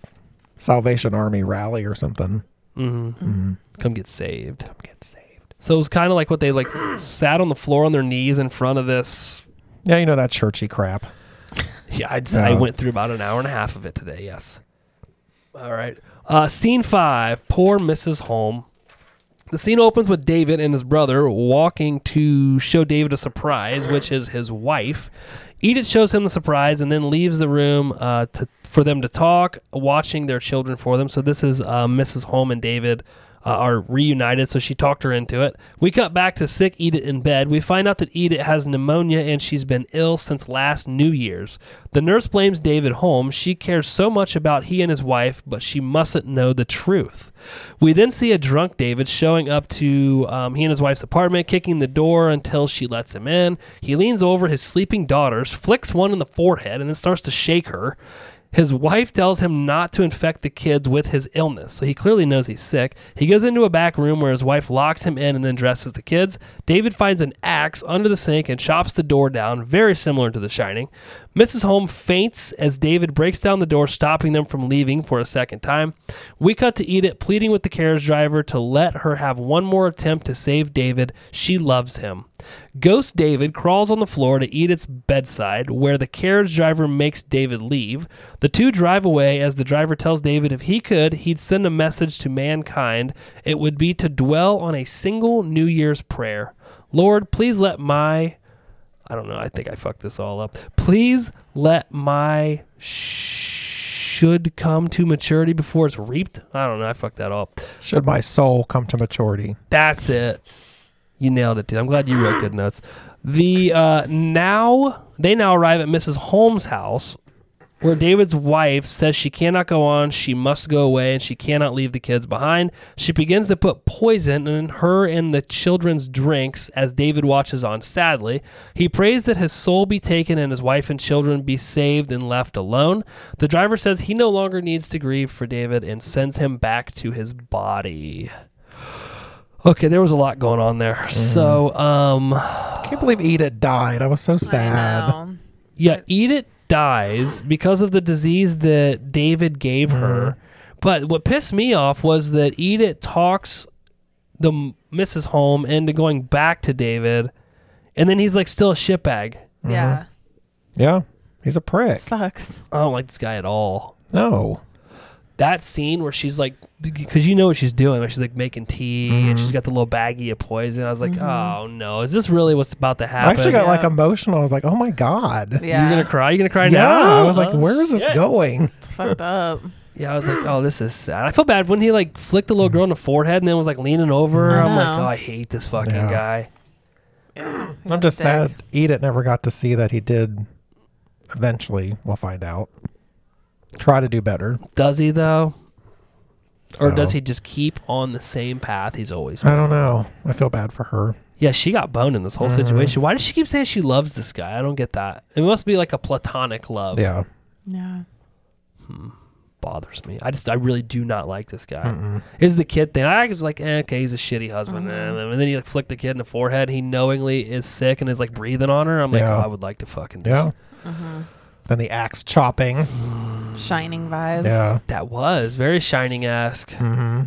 S2: Salvation Army Rally or something.
S1: hmm
S2: Mm.
S1: Come get saved.
S2: Get saved.
S1: So it was kind of like what they like sat on the floor on their knees in front of this.
S2: Yeah, you know that churchy crap.
S1: Yeah, I'd, say I
S2: Yeah.
S1: went through about an hour and a half of it today. Yes. All right. Uh, scene five. Poor Mrs. Holm. The scene opens with David and his brother walking to show David a surprise, which is his wife. Edith shows him the surprise and then leaves the room uh, to, for them to talk, watching their children for them. So this is uh, Mrs. Holm and David uh, are reunited, so she talked her into it. We cut back to sick Edith in bed. We find out that Edith has pneumonia and she's been ill since last New Year's. The nurse blames David Holm. She cares so much about he and his wife, but she mustn't know the truth. We then see a drunk David showing up to um, he and his wife's apartment, kicking the door until she lets him in. He leans over his sleeping daughters, flicks one in the forehead, and then starts to shake her. His wife tells him not to infect the kids with his illness, so he clearly knows he's sick. He goes into a back room where his wife locks him in and then dresses the kids. David finds an axe under the sink and chops the door down, very similar to The Shining. Mrs. Holm faints as David breaks down the door, stopping them from leaving for a second time. We cut to Edith pleading with the carriage driver to let her have one more attempt to save David. She loves him. Ghost David crawls on the floor to Edith's bedside, where the carriage driver makes David leave. The two drive away as the driver tells David if he could, he'd send a message to mankind. It would be to dwell on a single New Year's prayer Lord, please let my. I don't know. I think I fucked this all up. Please let my should come to maturity before it's reaped. I don't know. I fucked that up.
S2: Should my soul come to maturity?
S1: That's it. You nailed it, dude. I'm glad you wrote good notes. The uh, now They now arrive at Mrs. Holmes' house, where David's wife says she cannot go on, she must go away, and she cannot leave the kids behind. She begins to put poison in her and the children's drinks as David watches on sadly. He prays that his soul be taken and his wife and children be saved and left alone. The driver says he no longer needs to grieve for David and sends him back to his body. Okay, there was a lot going on there.
S2: Mm-hmm.
S1: So, um,
S2: I can't believe Edith died. I was so sad.
S4: I know.
S1: yeah, eat it dies because of the disease that David gave her.
S2: Mm-hmm.
S1: But what pissed me off was that eat it talks the m- Mrs. Home into going back to David, and then he's like still a shitbag.
S4: Yeah.
S2: Yeah, he's a prick.
S4: Sucks.
S1: I don't like this guy at all.
S2: No,
S1: That scene where she's like, because you know what she's doing, where she's like making tea and
S2: Mm-hmm.
S1: she's got the little baggie of poison. I was like, oh no, is this really what's about to happen?
S2: I actually got like
S4: Yeah.
S2: emotional. I was like, oh my god.
S4: Yeah.
S1: You're gonna cry. You're gonna cry
S2: Yeah,
S1: now.
S2: I was like,
S1: Oh,
S2: where is this
S1: shit.
S2: going?
S4: It's fucked up.
S1: Yeah, I was like, oh, this is sad. I felt bad when he like flicked the little girl in the forehead and then was like leaning over.
S4: I
S1: I'm like,
S4: know.
S1: oh, I hate this fucking
S2: Yeah.
S1: guy.
S2: I'm just
S4: Dick.
S2: sad Edith never got to see that he did. Eventually, we'll find out. Try to do better.
S1: Does he though, or
S2: So,
S1: does he just keep on the same path he's always?
S2: I don't know. I feel bad for her.
S1: Yeah, she got boned in this whole
S2: Mm-hmm.
S1: situation. Why does she keep saying she loves this guy? I don't get that. It must be like a platonic love.
S2: Yeah.
S4: Yeah.
S1: bothers me. I just I really do not like this guy.
S2: Hmm.
S1: Is the kid thing? I was like, eh, okay, he's a shitty husband,
S4: Mm-hmm.
S1: eh, and then he like flicked the kid in the forehead. He knowingly is sick and is like breathing on her. I'm like,
S2: Yeah.
S1: oh, I would like to fucking
S2: Yeah.
S1: just-
S2: Then the axe chopping.
S4: Shining vibes.
S2: Yeah.
S1: That was very shining esque.
S2: Mm-hmm.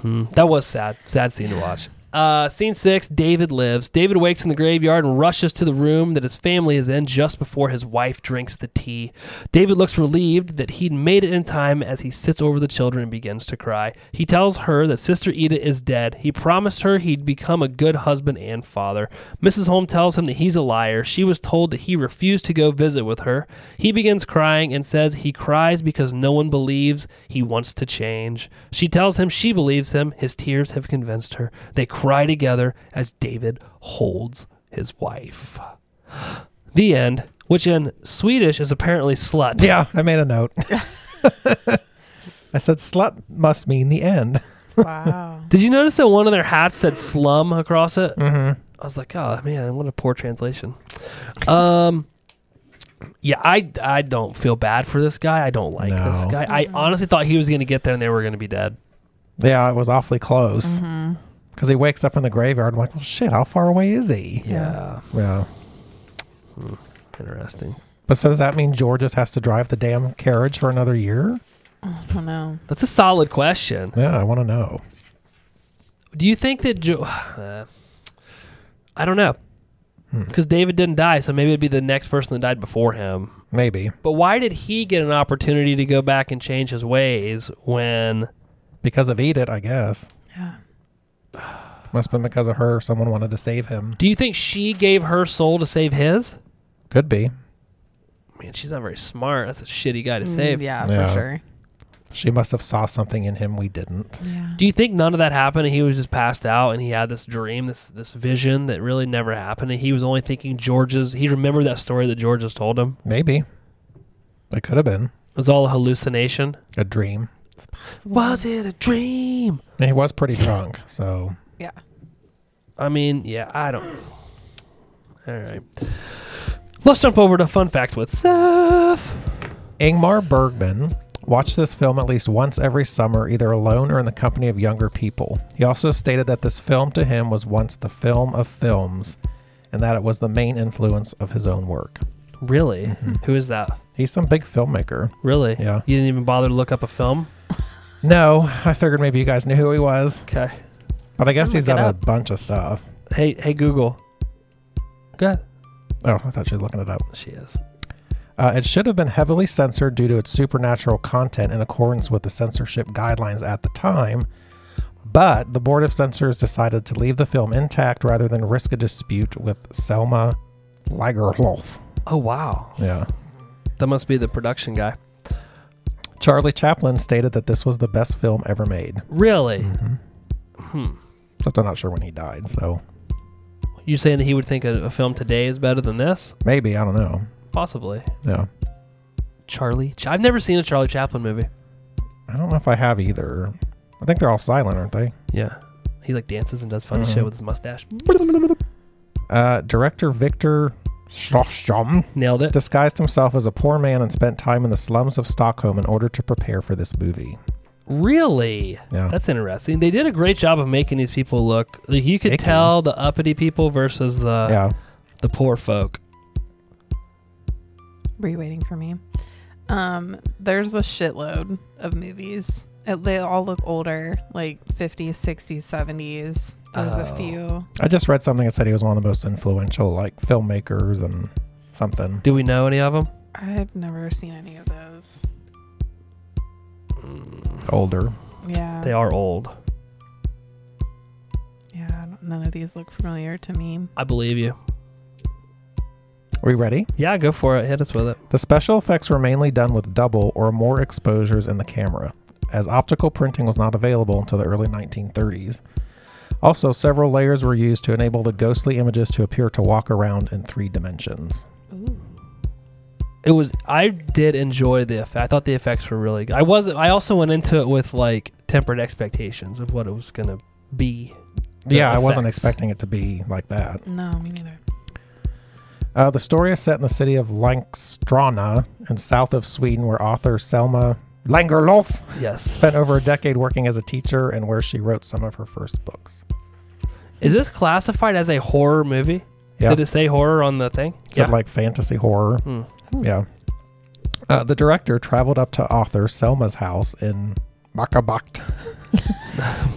S1: Hmm. That was sad. Sad scene to watch. Uh, scene six David lives. David wakes in the graveyard and rushes to the room that his family is in just before his wife drinks the tea. David looks relieved that he'd made it in time as he sits over the children and begins to cry. He tells her that Sister Edith is dead. He promised her he'd become a good husband and father. Mrs. Holm tells him that he's a liar. She was told that he refused to go visit with her. He begins crying and says he cries because no one believes he wants to change. She tells him she believes him. His tears have convinced her. They cry together as David holds his wife. The end, which in Swedish is apparently slut.
S2: Yeah, I made a note. I said slut must mean the end.
S4: Wow.
S1: Did you notice that one of their hats said slum across it? Mm-hmm. I was like, oh man, what a poor translation. Um, yeah, I I don't feel bad for this guy. I don't like this
S2: No.
S1: guy. I honestly thought he was going to get there and they were going to be dead.
S2: Yeah, it was awfully close. Because he wakes up in the graveyard. I'm like, well, shit, how far away is he?
S1: Yeah,
S2: Yeah.
S1: interesting.
S2: But so does that mean Georges has to drive the damn carriage for another year?
S4: I don't know.
S1: That's a solid question.
S2: Yeah, I want to know.
S1: Do you think that jo- uh, I don't know. Because David didn't die, so maybe it'd be the next person that died before him.
S2: Maybe
S1: But why did he get an opportunity to go back and change his ways when
S2: because of Edith, I guess.
S4: Yeah.
S2: Must have been because of her. Someone wanted to save him.
S1: Do you think she gave her soul to save his?
S2: Could be.
S1: Man, she's not very smart. That's a shitty guy to
S4: Mm,
S1: save.
S4: Yeah,
S2: Yeah.
S4: for sure.
S2: She must have saw something in him we didn't.
S4: Yeah.
S1: Do you think none of that happened and he was just passed out and he had this dream, this this vision that really never happened and he was only thinking George's he remembered that story that George's told him?
S2: Maybe. It could have been
S1: It was all a hallucination.
S2: a dream.
S1: Was it a dream?
S2: And he was pretty drunk, so
S4: Yeah.
S1: I mean, yeah, I don't All right. Let's jump over to fun facts with Seth.
S2: Ingmar Bergman watched this film at least once every summer, either alone or in the company of younger people. He also stated that this film to him was once the film of films and that it was the main influence of his own work. Mm-hmm.
S1: Really? Who is that?
S2: He's some big filmmaker.
S1: Really?
S2: Yeah.
S1: You didn't even bother to look up a film?
S2: No, I figured maybe you guys knew who he was,
S1: Okay.
S2: but I guess
S4: I'll
S2: he's
S4: look
S2: done
S4: it
S2: a
S4: up.
S2: bunch of stuff.
S1: Hey, hey Google. Go ahead.
S2: Oh, I thought she was looking it up.
S1: She is.
S2: Uh, it should have been heavily censored due to its supernatural content in accordance with the censorship guidelines at the time, but the Board of Censors decided to leave the film intact rather than risk a dispute with Selma Lagerlof.
S1: Oh wow,
S2: Yeah.
S1: that must be the production guy.
S2: Charlie Chaplin stated that this was the best film ever made, Mm-hmm.
S1: Really?
S2: Hmm.
S1: Hmm.
S2: except I'm not sure when he died, so
S1: You're saying that he would think a, a film today is better than this?
S2: Maybe I don't know.
S1: Possibly.
S2: Yeah,
S1: Charlie. Ch- I've never seen a Charlie Chaplin movie.
S2: I don't know if I have either. I think they're all silent, aren't they?
S1: Yeah. He like dances and does funny
S2: Mhm.
S1: shit with his mustache.
S2: Uh, director Victor Schlossbaum
S1: Nailed it.
S2: disguised himself as a poor man and spent time in the slums of Stockholm in order to prepare for this movie.
S1: Really?
S2: Yeah.
S1: That's interesting. They did a great job of making these people look like you could
S2: Icky.
S1: tell the uppity people versus the
S2: yeah.
S1: the poor folk.
S4: Were you waiting for me? Um, there's a shitload of movies. Uh, They all look older, like 50s, 60s, 70s. There's
S1: Oh.
S4: a few.
S2: I just read something that said he was one of the most influential like filmmakers and something.
S1: Do we know any of them?
S4: I've never seen any of those.
S2: Older.
S4: Yeah.
S1: They are old.
S4: Yeah, I don't- none of these look familiar to me.
S1: I believe you.
S2: Are we ready?
S1: Yeah, go for it. Hit us with it.
S2: The special effects were mainly done with double or more exposures in the camera, as optical printing was not available until the early 1930s. Also, several layers were used to enable the ghostly images to appear to walk around in three dimensions.
S1: It was. I did enjoy the effect. I thought the effects were really. good. I was. I also went into it with like tempered expectations of what it was gonna be. The
S2: yeah, I wasn't
S1: effects.
S2: expecting it to be like that.
S4: No, me neither.
S2: Uh, the story is set in the city of Lankstrana in south of Sweden, where author Selma Lagerlöf
S1: Yes.
S2: spent over a decade working as a teacher and where she wrote some of her first books.
S1: Is this classified as a horror movie?
S2: Yeah.
S1: Did it say horror on the thing?
S2: It's like fantasy horror.
S1: Hmm.
S2: Yeah. Uh, the director traveled up to author Selma's house in Makabacht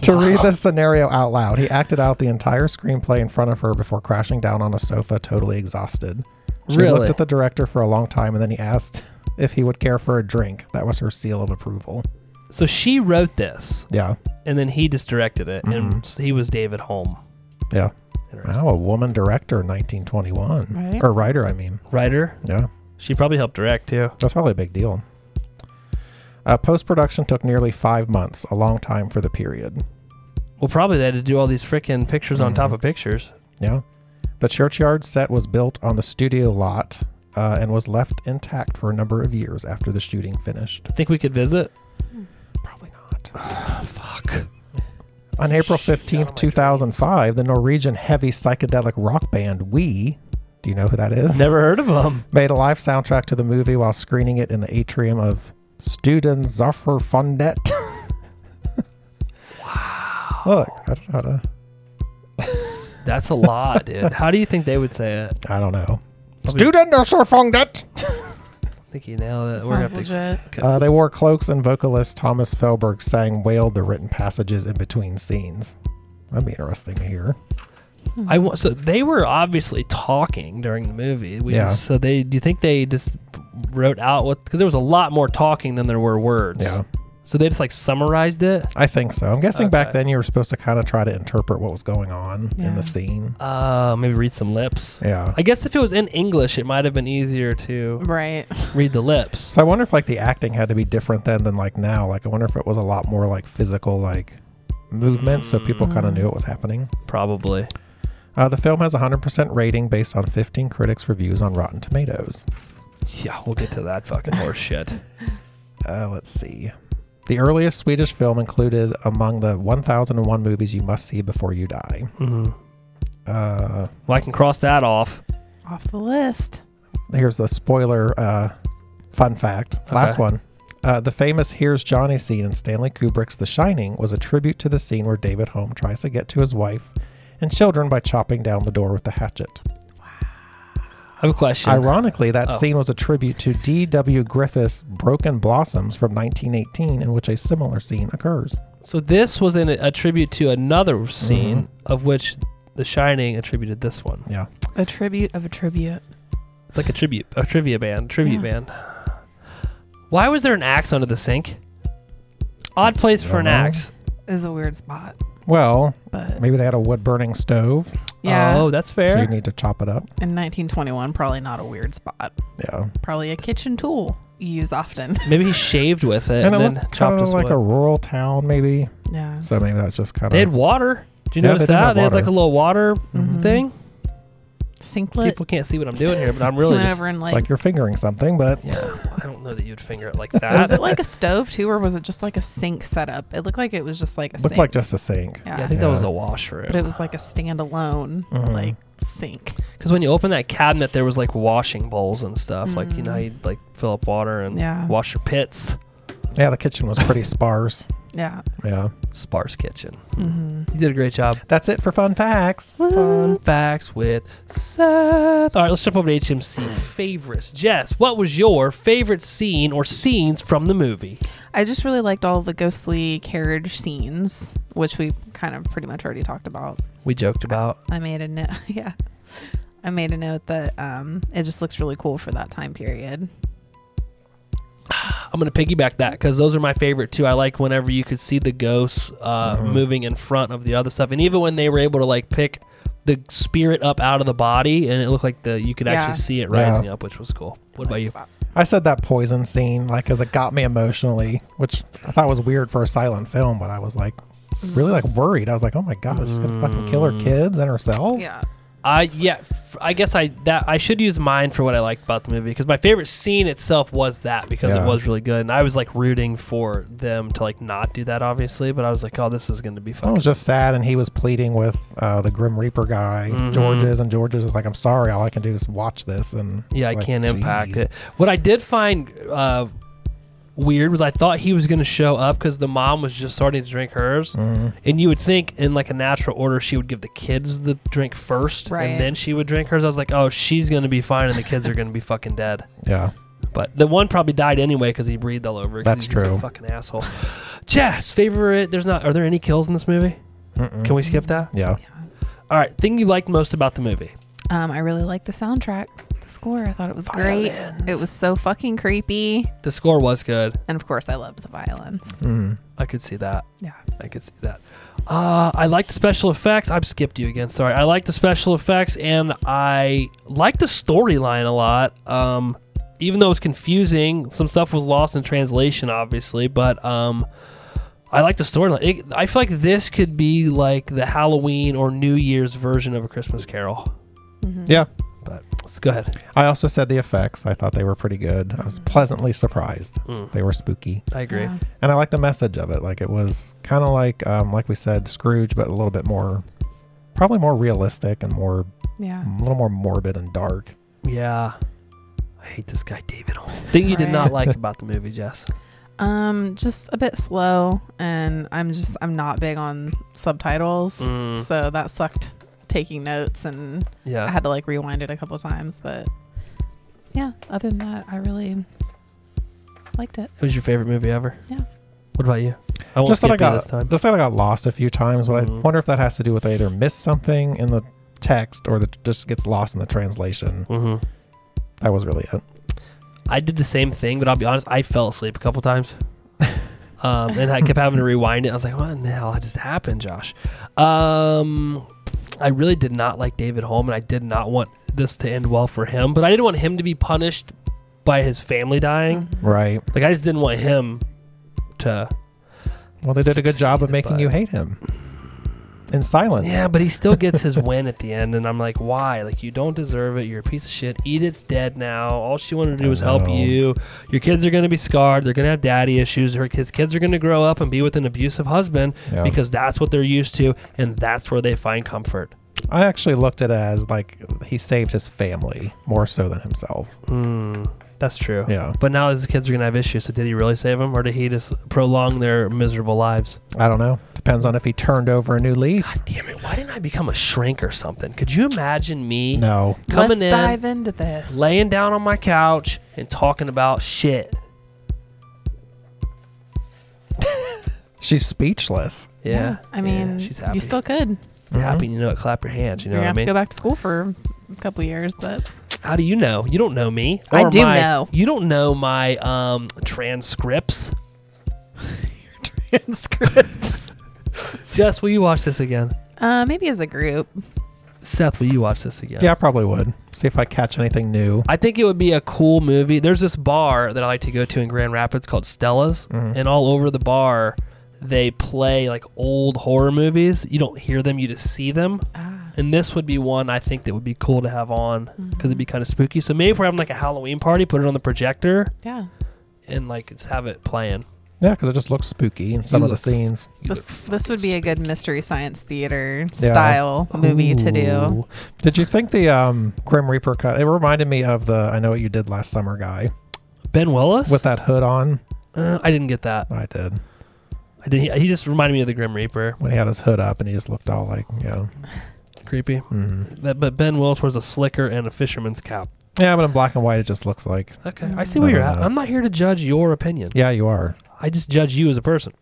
S2: to read the scenario out loud. He acted out the entire screenplay in front of her before crashing down on a sofa, totally exhausted. She
S1: Really?
S2: looked at the director for a long time and then he asked if he would care for a drink. That was her seal of approval.
S1: So she wrote this,
S2: Yeah.
S1: and then he just directed it, and s- he was David Holm.
S2: Mm-hmm. Yeah.
S1: Interesting.
S2: Wow, a woman director in 1921.
S4: Right.
S2: Or writer, I mean.
S1: Writer.
S2: Yeah.
S1: She probably helped direct too.
S2: That's probably a big deal. Uh, Post production took nearly five months, a long time for the period.
S1: Well, probably they had to do all these freaking pictures on top
S2: Mhm.
S1: of pictures.
S2: Yeah. The churchyard set was built on the studio lot uh, and was left intact for a number of years after the shooting finished.
S1: Think we could visit?
S2: Probably not.
S1: Ah, Fuck.
S2: On April
S1: Shit, out of
S2: 15th,
S1: my
S2: 2005, the Norwegian heavy psychedelic rock band We, do you know who that is?
S1: Never heard of them.
S2: Made a live soundtrack to the movie while screening it in the atrium of Studen Zafferfundet. wow. Look, I don't know how to.
S1: That's a lot, dude. How do you think they would say it?
S2: I don't know.
S1: Probably-
S2: Student or Sorfundet.
S1: I think he nailed it. We're gonna
S4: Sounds
S1: have to
S4: legit.
S2: Uh, they wore cloaks, and vocalist Thomas Felberg sang wailed the written passages in between scenes. That'd be interesting to hear.
S1: I wa- so they were obviously talking during the movie. We
S2: Yeah.
S1: so they do you think they just wrote out what because there was a lot more talking than there were words.
S2: Yeah,
S1: So they just like summarized it.
S2: I think so. I'm guessing back
S1: Okay.
S2: then you were supposed to kind of try to interpret what was going on in
S4: Yeah.
S2: the scene.
S1: Uh, maybe read some lips.
S2: Yeah.
S1: I guess if it was in English, it might have been easier to
S4: Right.
S1: read the lips.
S2: So I wonder if like the acting had to be different then than like now. Like I wonder if it was a lot more like physical like movement, so people kind
S1: Mm.
S2: of knew what was happening.
S1: Probably.
S2: Uh, the film has a 100% rating based on 15 critics' reviews on Rotten Tomatoes.
S1: Yeah, we'll get to that fucking horse shit.
S2: Uh, let's see. The earliest Swedish film included among the 1001 movies you must see before you die.
S1: hmm
S2: Uh,
S1: Well, I can cross that off.
S4: Off the list.
S2: here's the spoiler uh, fun fact. Last
S1: Okay.
S2: one. Uh, the famous Here's Johnny scene in Stanley Kubrick's The Shining was a tribute to the scene where David Holm tries to get to his wife and children by chopping down the door with the hatchet.
S1: I have a question.
S2: Ironically, that
S1: Oh.
S2: scene was a tribute to D.W. Griffith's Broken Blossoms from 1918, in which a similar scene occurs.
S1: so this was in a, a tribute to another scene of which The Shining attributed this one.
S2: Yeah.
S4: A tribute of a tribute.
S1: It's like a tribute, a trivia band, tribute
S4: Yeah.
S1: band. Why was there an axe under the sink? Odd place for an
S2: Dunno.
S1: axe.
S4: Is a weird spot,
S2: Well,
S4: but
S2: maybe they had a wood burning stove.
S4: yeah.
S1: Oh, that's
S2: So
S1: fair.
S2: you need to chop it up.
S4: In 1921, probably not a weird spot.
S2: Yeah.
S4: Probably a kitchen tool you use often.
S1: maybe he shaved with it and,
S2: it
S1: then
S2: looked
S1: chopped
S2: kinda
S1: his
S2: like
S1: wood.
S2: a rural town, maybe.
S4: Yeah.
S2: So maybe that's just kind
S1: They had
S2: of.
S1: water. Did you
S2: Yeah,
S1: notice
S2: they did
S1: that?
S2: have
S1: They had like
S2: water. Mm-hmm.
S1: a little water
S4: Mhm.
S1: thing.
S4: Singlet.
S1: People can't see what I'm doing here, but I'm really
S4: went
S1: just,
S4: over and
S2: It's
S4: like,
S2: like you're fingering something, but
S1: yeah. I don't know that you'd finger it like
S4: was
S1: that.
S4: it like a stove too, or was it just like a sink setup? It looked like it was just like a
S2: looked
S4: sink.
S2: like just a sink.
S4: yeah.
S1: yeah, I think Mm-hmm. that was
S2: Yeah.
S1: the washroom.
S4: but it was like a standalone
S2: Mhm.
S4: like sink.
S1: Because when you open that cabinet, there was like washing bowls and stuff. Like you know how you'd like fill up water and
S4: Mm. Yeah.
S1: wash your pits.
S2: Yeah, the kitchen was pretty sparse.
S4: Yeah.
S2: Yeah.
S1: Sparse kitchen.
S4: Mm-hmm.
S1: You did a great job.
S2: That's it for fun facts.
S1: Fun facts with Seth. All right, let's jump over to HMC favorites. Jess, what was your favorite scene or scenes from the movie?
S4: I just really liked all the ghostly carriage scenes, which we kind of pretty much already talked about.
S1: We joked about.
S4: I made a note. yeah. I made a note that um, it just looks really cool for that time period.
S1: I'm gonna piggyback that because those are my favorite too. I like whenever you could see the ghosts uh, moving in front of the other stuff, and even when they were able to like pick the spirit up out of the body, and it looked like the you could
S4: Yeah.
S1: actually see it rising up, which was cool. What about you?
S2: I said that poison scene, like, because it got me emotionally, which I thought was weird for a silent film, but I was like, really like worried. I was like, oh my god, she's gonna fucking kill
S1: Mm.
S2: her kids and herself.
S4: mm-hmm. Yeah.
S1: I yeah, f- I guess I that I should use mine for what I liked about the movie because my favorite scene itself was that because
S2: Yeah.
S1: it was really good, and I was like rooting for them to like not do that obviously, but I was like, oh, this is gonna be
S2: I
S1: fun.
S2: was just sad, and he was pleading with uh, the Grim Reaper guy,
S1: Mhm.
S2: Georges, and Georges was like, "I'm sorry, all I can do is watch this." And
S1: Yeah, I
S2: like,
S1: can't impact
S2: "Jeez."
S1: it. What I did find uh, weird was I thought he was going to show up because the mom was just starting to drink hers,
S2: Mhm.
S1: and you would think in like a natural order she would give the kids the drink first,
S4: Right.
S1: and then she would drink hers. I was like, oh, she's going to be fine, and the kids are going to be fucking dead.
S2: Yeah,
S1: But the one probably died anyway because he breathed all over. 'cause
S2: That's
S1: he's just
S2: true.
S1: A fucking asshole. Jess, favorite. There's not. Are there any kills in this movie?
S2: Mm-mm.
S1: Can we skip that?
S2: yeah.
S1: All right. Thing you liked most about the movie?
S4: Um, I really liked the soundtrack, the score. I thought it was great. It was so fucking creepy,
S1: The score was good.
S4: and of course, I loved the violence.
S2: Mm.
S1: I could see that.
S4: Yeah.
S1: I could see that. Uh, I like the special effects. I've skipped you again. Sorry. I like the special effects, and I like the storyline a lot. Um, even though it was confusing, some stuff was lost in translation, obviously. But um, I like the storyline. It- I feel like this could be like the Halloween or New Year's version of a Christmas Carol.
S4: Mm-hmm.
S2: Yeah.
S1: But let's go ahead.
S2: I also said the effects. I thought they were pretty good. I was pleasantly surprised.
S1: Mm,
S2: They were spooky,
S1: I agree.
S4: Yeah.
S2: and I like the message of it. Like it was kind of like, um, like we said, Scrooge, but a little bit more, probably more realistic and more,
S4: Yeah.
S2: a little more morbid and dark.
S1: Yeah. I hate this guy, David. Holmes. Thing you did
S4: Right.
S1: not like about the movie, Jess?
S4: Um, just a bit slow, and I'm just I'm not big on subtitles,
S1: Mm,
S4: so that sucked taking notes, and
S1: yeah.
S4: I had to like rewind it a couple times. But yeah, other than that, I really liked it.
S1: It was your favorite movie ever?
S4: Yeah.
S1: What about you? I won't
S2: Just that
S1: skip
S2: I
S1: you
S2: got,
S1: this time.
S2: just that I got lost a few times. But I
S1: Mhm.
S2: wonder if that has to do with I either missed something in the text or that just gets lost in the translation.
S1: hmm
S2: That was really it.
S1: I did the same thing, but I'll be honest, I fell asleep a couple times. um, and I kept having to rewind it. I was like, what in the hell just happened, Josh? Um, I really did not like David Holm, and I did not want this to end well for him, but I didn't want him to be punished by his family dying.
S4: Mm-hmm.
S2: Right.
S1: Like, I just didn't want him to.
S2: Well, they did a good job of
S1: Succeeded
S2: making
S1: by-
S2: you hate him in silence.
S1: Yeah, but he still gets his win at the end, and I'm like, why? Like, you don't deserve it. You're a piece of shit. Edith's dead now. All she wanted to do
S2: I
S1: was help
S2: know.
S1: you. Your kids are gonna be scarred. They're gonna have daddy issues. Her kids, kids are gonna grow up and be with an abusive husband
S2: Yeah.
S1: because that's what they're used to, and that's where they find comfort.
S2: I actually looked at it as like he saved his family more so than himself.
S1: Hmm, that's true.
S2: Yeah.
S1: But now his kids are gonna have issues. So did he really save them, or did he just prolong their miserable lives?
S2: I don't know. Depends on if he turned over a new leaf.
S1: God damn it! Why didn't I become a shrink or something? Could you imagine me
S2: No.
S1: coming
S4: Let's
S1: in?
S4: dive into this.
S1: laying down on my couch and talking about shit.
S2: She's speechless.
S1: Yeah.
S4: I mean,
S1: she's happy.
S4: you still could.
S1: If
S4: Mm-hmm.
S1: you're happy, you know it. Clap your hands. You know what I
S4: You're gonna have to
S1: mean?
S4: go back to school for a couple years, but
S1: How do you know? You don't know me.
S4: I do
S1: my-
S4: know.
S1: You don't know my um, transcripts.
S4: transcripts.
S1: Jess, will you watch this again?
S4: uh, maybe as a group.
S1: Seth, will you watch this again?
S2: Yeah, I probably would. See if I catch anything new.
S1: I think it would be a cool movie. There's this bar that I like to go to in Grand Rapids called Stella's, and all over the bar they play like old horror movies. You don't hear them, you just see them.
S4: Ah,
S1: And And this would be one I think that would be cool to have on because it'd be kind of spooky. So maybe if we're having like a Halloween party, put it on the projector
S4: Yeah.
S1: and like just have it playing.
S2: Yeah, because it just looks spooky in some of the
S1: look-
S2: scenes.
S1: You
S4: This
S1: look
S4: this would be
S1: fucking
S4: a good mystery science theater
S2: Yeah.
S4: style movie to do.
S1: Ooh.
S2: Did you think the um, Grim Reaper cut? It reminded me of the I know what you did last summer guy
S1: Ben Willis?
S2: with that hood on.
S1: Uh, I didn't get that.
S2: I did
S1: I did. He, he just reminded me of the Grim Reaper.
S2: when he had his hood up and he just looked all like you know.
S1: Creepy.
S2: mhm.
S1: That, but Ben Willis wears a slicker and a fisherman's cap.
S2: Yeah, but in black and white, it just looks like.
S1: Okay, I see where you're at.
S2: Uh,
S1: I'm not here to judge your opinion.
S2: Yeah, you are.
S1: I just judge you as a person,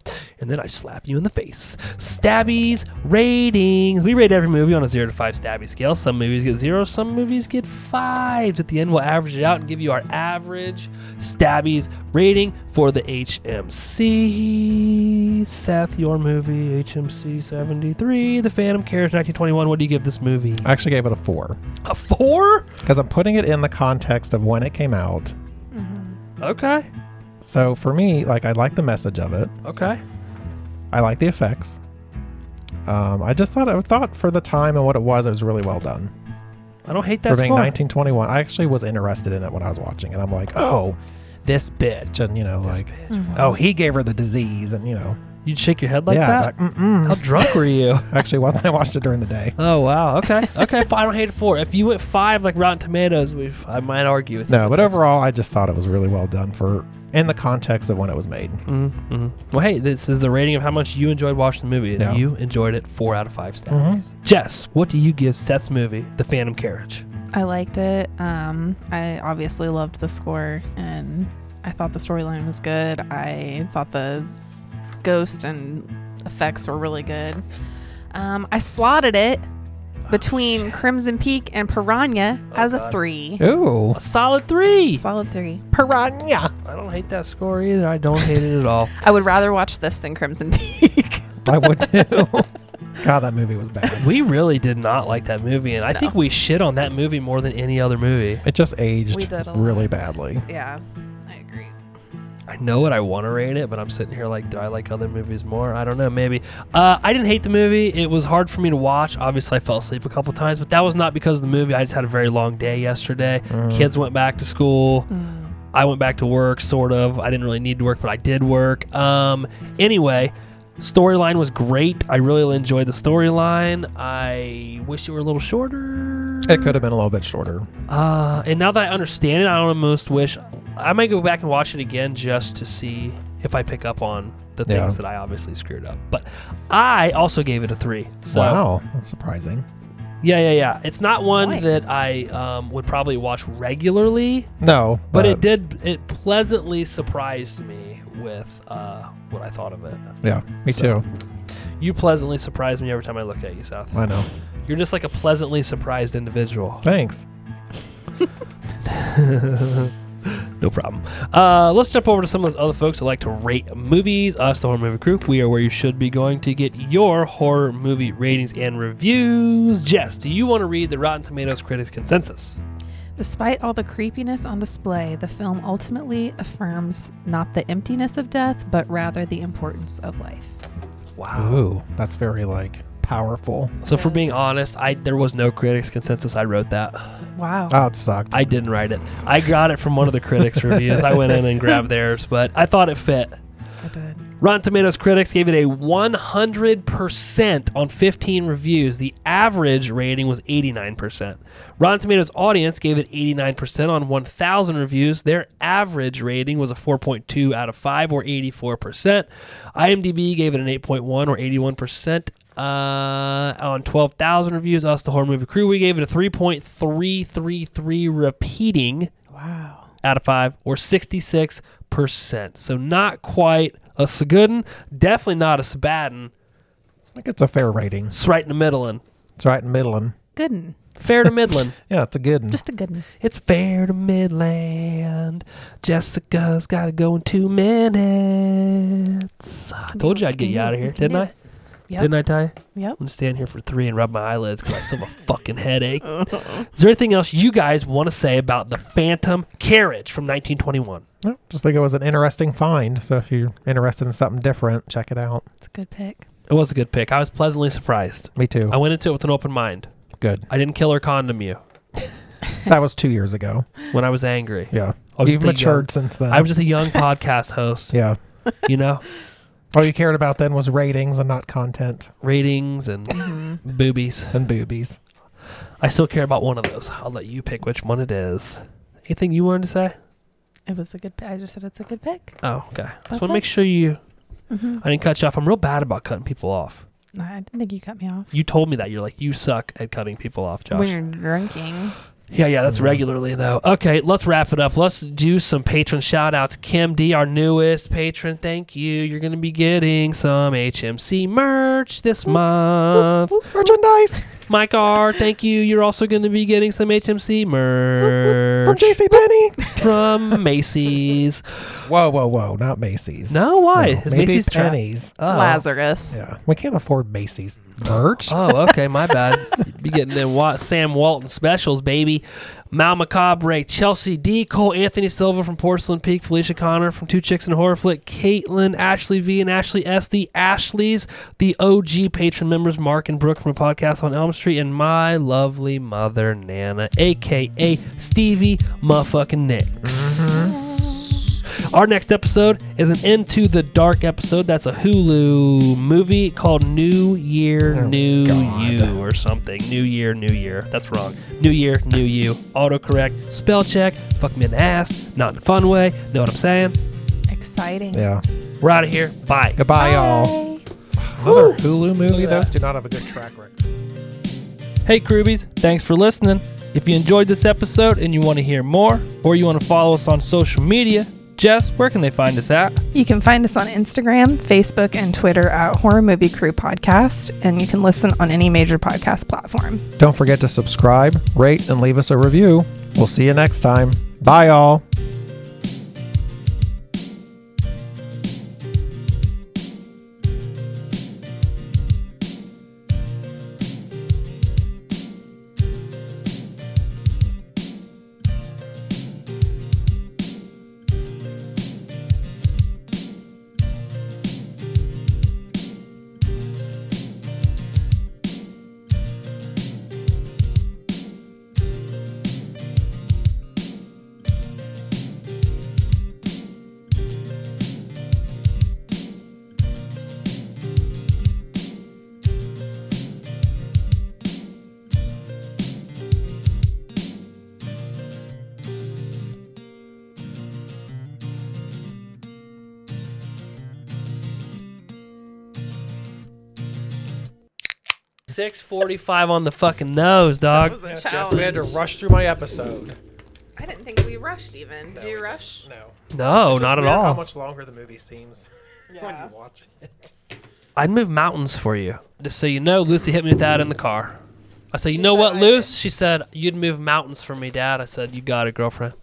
S1: and then I slap you in the face. Stabbies ratings. We rate every movie on a zero to five stabby scale. Some movies get zero, some movies get fives. At the end, we'll average it out and give you our average stabbies rating for the HMC. Seth, your movie HMC seventy three. The Phantom Carriage nineteen twenty one. What do you give this movie?
S2: I actually gave it a four
S1: A four?
S2: because I'm putting it in the context of when it came out.
S1: Okay.
S2: So for me, like I like the message of it.
S1: Okay.
S2: I like the effects. Um, I just thought I thought for the time and what it was, it was really well done.
S1: I don't hate that
S2: for being
S1: score.
S2: 1921, I actually was interested in it when I was watching, and I'm like, oh, this bitch, and you know, like,
S4: Mm-hmm.
S2: oh, he gave her the disease, and you know,
S1: You'd shake your head like
S2: yeah,
S1: that. Oh.
S2: like, mm-mm.
S1: How drunk were you?
S2: actually, wasn't I watched it during the day?
S1: Oh wow. Okay. Okay. fi- I don't hate it four. If you went five like Rotten Tomatoes, we I might argue with
S2: No,
S1: you.
S2: but overall, I just thought it was really well done for in the context of when it was made.
S1: Mm-hmm. Well, hey, this is the rating of how much you enjoyed watching the movie. and
S2: Yeah.
S1: You enjoyed it four out of five stars. Jess, what do you give Seth's movie, The Phantom Carriage?
S4: I liked it. Um, I obviously loved the score, and I thought the storyline was good. I thought the ghost and effects were really good. Um, I slotted it between Crimson Peak and Piranha as a
S1: God.
S4: three.
S2: Ooh,
S1: A solid three.
S4: Solid three.
S2: piranha!
S1: I don't hate that score either. I don't hate it at all.
S4: I would rather watch this than Crimson Peak.
S2: I would too. God, that movie was bad.
S1: We really did not like that movie, and I think we shit on that movie more than any other movie.
S2: It just aged
S4: We did a lot.
S2: really badly.
S4: yeah, I agree.
S1: I know it. I want to rate it, but I'm sitting here like, do I like other movies more? I don't know. Maybe. Uh, I didn't hate the movie. It was hard for me to watch. Obviously, I fell asleep a couple times, but that was not because of the movie. I just had a very long day yesterday. Kids went back to school. I went back to work, sort of. I didn't really need to work, but I did work. Um, anyway, storyline was great. I really enjoyed the storyline. I wish it were a little shorter.
S2: It could have been a little bit shorter.
S1: Uh, and now that I understand it, I almost wish I might go back and watch it again just to see if I pick up on the
S2: Yeah.
S1: things that I obviously screwed up. But I also gave it a three. So
S2: wow, that's surprising.
S1: yeah, yeah, yeah. It's not one
S4: Nice.
S1: that I um, would probably watch regularly,
S2: No,
S1: but it did. It pleasantly surprised me with uh, what I thought of it.
S2: Yeah, me
S1: So-
S2: too.
S1: You pleasantly surprise me every time I look at you, Seth.
S2: I know.
S1: You're just like a pleasantly surprised individual.
S2: Thanks.
S1: No problem. Uh, let's jump over to some of those other folks that like to rate movies. Us, the Horror Movie Crew, we are where you should be going to get your horror movie ratings and reviews. Jess, do you want to read the Rotten Tomatoes critics consensus?
S4: Despite all the creepiness on display, the film ultimately affirms not the emptiness of death, but rather the importance of life.
S1: Wow.
S2: Ooh, that's very like powerful.
S1: So, for being
S4: Yes.
S1: honest, I there was no critics consensus. I wrote that.
S4: Wow.
S2: Oh, it sucked.
S1: I didn't write it. I got it from one of the critics' reviews. I went in and grabbed theirs, but I thought it fit.
S4: I did.
S1: Rotten Tomatoes critics gave it a 100% on 15 reviews. The average rating was 89%. Rotten Tomatoes audience gave it 89% on 1,000 reviews. Their average rating was a 4.2 out of 5, or 84%. IMDb gave it an 8.1, or 81%. Uh, on 12,000 reviews, us, the horror movie crew, we gave it a 3.333 repeating
S4: Wow.
S1: out of five or 66%. So not quite a s- good one, definitely not a Sabatin.
S2: think it's a fair rating.
S1: It's right in the middling.
S2: It's right in middling.
S4: Good one.
S1: Fair to Midland.
S2: Yeah, it's a good one.
S4: Just a good one.
S1: it's fair to Midland. Jessica's got to go in two minutes. I told you I'd get you out of here, didn't I?
S4: Yep.
S1: Didn't I, Ty? I'm
S4: Yep.
S1: going to stand here for three and rub my eyelids because I still have a fucking headache. Is there anything else you guys want to say about the Phantom Carriage from 1921?
S2: Yeah, Just think it was an interesting find. So if you're interested in something different, check it out.
S4: It's a good pick.
S1: It was a good pick. I was pleasantly surprised.
S2: Me too.
S1: I went into it with an open mind.
S2: good.
S1: I didn't kill or condom you
S2: That was two years ago.
S1: when I was angry.
S2: Yeah.
S1: I was
S2: You've
S1: just a young-
S2: matured since then.
S1: I was just a young podcast host,
S2: yeah.
S1: you know,
S2: All you cared about then was ratings and not content
S1: ratings and
S4: Mm-hmm.
S1: boobies.
S2: and boobies.
S1: I still care about one of those. I'll let you pick which one it is. Anything you wanted to say?
S4: It was a good. pi- I just said it's a good pick.
S1: Oh, okay. I just
S4: That's
S1: want to
S4: it.
S1: make sure you.
S4: Mhm.
S1: I didn't cut you off. I'm real bad about cutting people off.
S4: No, I didn't think you cut me off.
S1: You told me that. You're like, you suck at cutting people off, Josh.
S4: When you're drinking,
S1: Yeah, yeah,
S2: Mm-hmm.
S1: that's regularly though. Okay, let's wrap it up. Let's do some patron shout outs. Kim D, our newest patron, thank you. You're gonna be getting some HMC merch this month.
S2: Merchandise
S1: Mike R, thank you. You're also gonna be getting some HMC
S2: from
S1: merch
S2: JCPenney.
S1: from Macy's.
S2: Whoa, whoa, whoa. Not Macy's.
S1: No, why?
S2: No,
S1: Is
S2: maybe
S1: Macy's tra-
S2: Penny's.
S1: Oh.
S4: Lazarus.
S2: Yeah. We can't afford Macy's merch.
S1: Oh, okay, my bad. You'd be getting them Wa- Sam Walton specials, baby. Mal Macabre, Chelsea D, Cole Anthony Silva from Porcelain Peak, Felicia Connor from Two Chicks and a Horror Flick, Caitlin, Ashley V, and Ashley S, the Ashleys, the OG patron members, Mark and Brooke from a podcast on Elm Street, and my lovely mother, Nana, aka Stevie Motherfucking Nicks. Our next episode is an Into the Dark episode. That's a Hulu movie called New Year, New You, or something. New Year, New Year. That's wrong. New Year, New You. Autocorrect, spell check, fuck me in the ass, not in a fun way. Know what I'm saying?
S4: Exciting.
S2: Yeah.
S1: We're out of here. Bye.
S2: Goodbye, y'all. Another Hulu movie. Those do not have a good track record.
S1: Hey, Krubies, thanks for listening. If you enjoyed this episode and you want to hear more, or you want to follow us on social media, Jess, where can they find us at?
S4: You can find us on Instagram, Facebook, and Twitter at Horror Movie Crew Podcast, and you can listen on any major podcast platform.
S2: Don't forget to subscribe, rate, and leave us a review. We'll see you next time. Bye, all.
S1: Six forty-five on the fucking nose, dog.
S4: a
S2: rush through my episode.
S4: I didn't think we rushed even. Do you rush?
S2: No.
S1: No, Oh, not at all.
S2: much longer the movie seems when you watch it.
S1: I'd move mountains for you. Just so you know, Lucy hit me with that in the car. I said, "You know what, Luce?" She said, "You'd move mountains for me, Dad." I said, "You got it, girlfriend."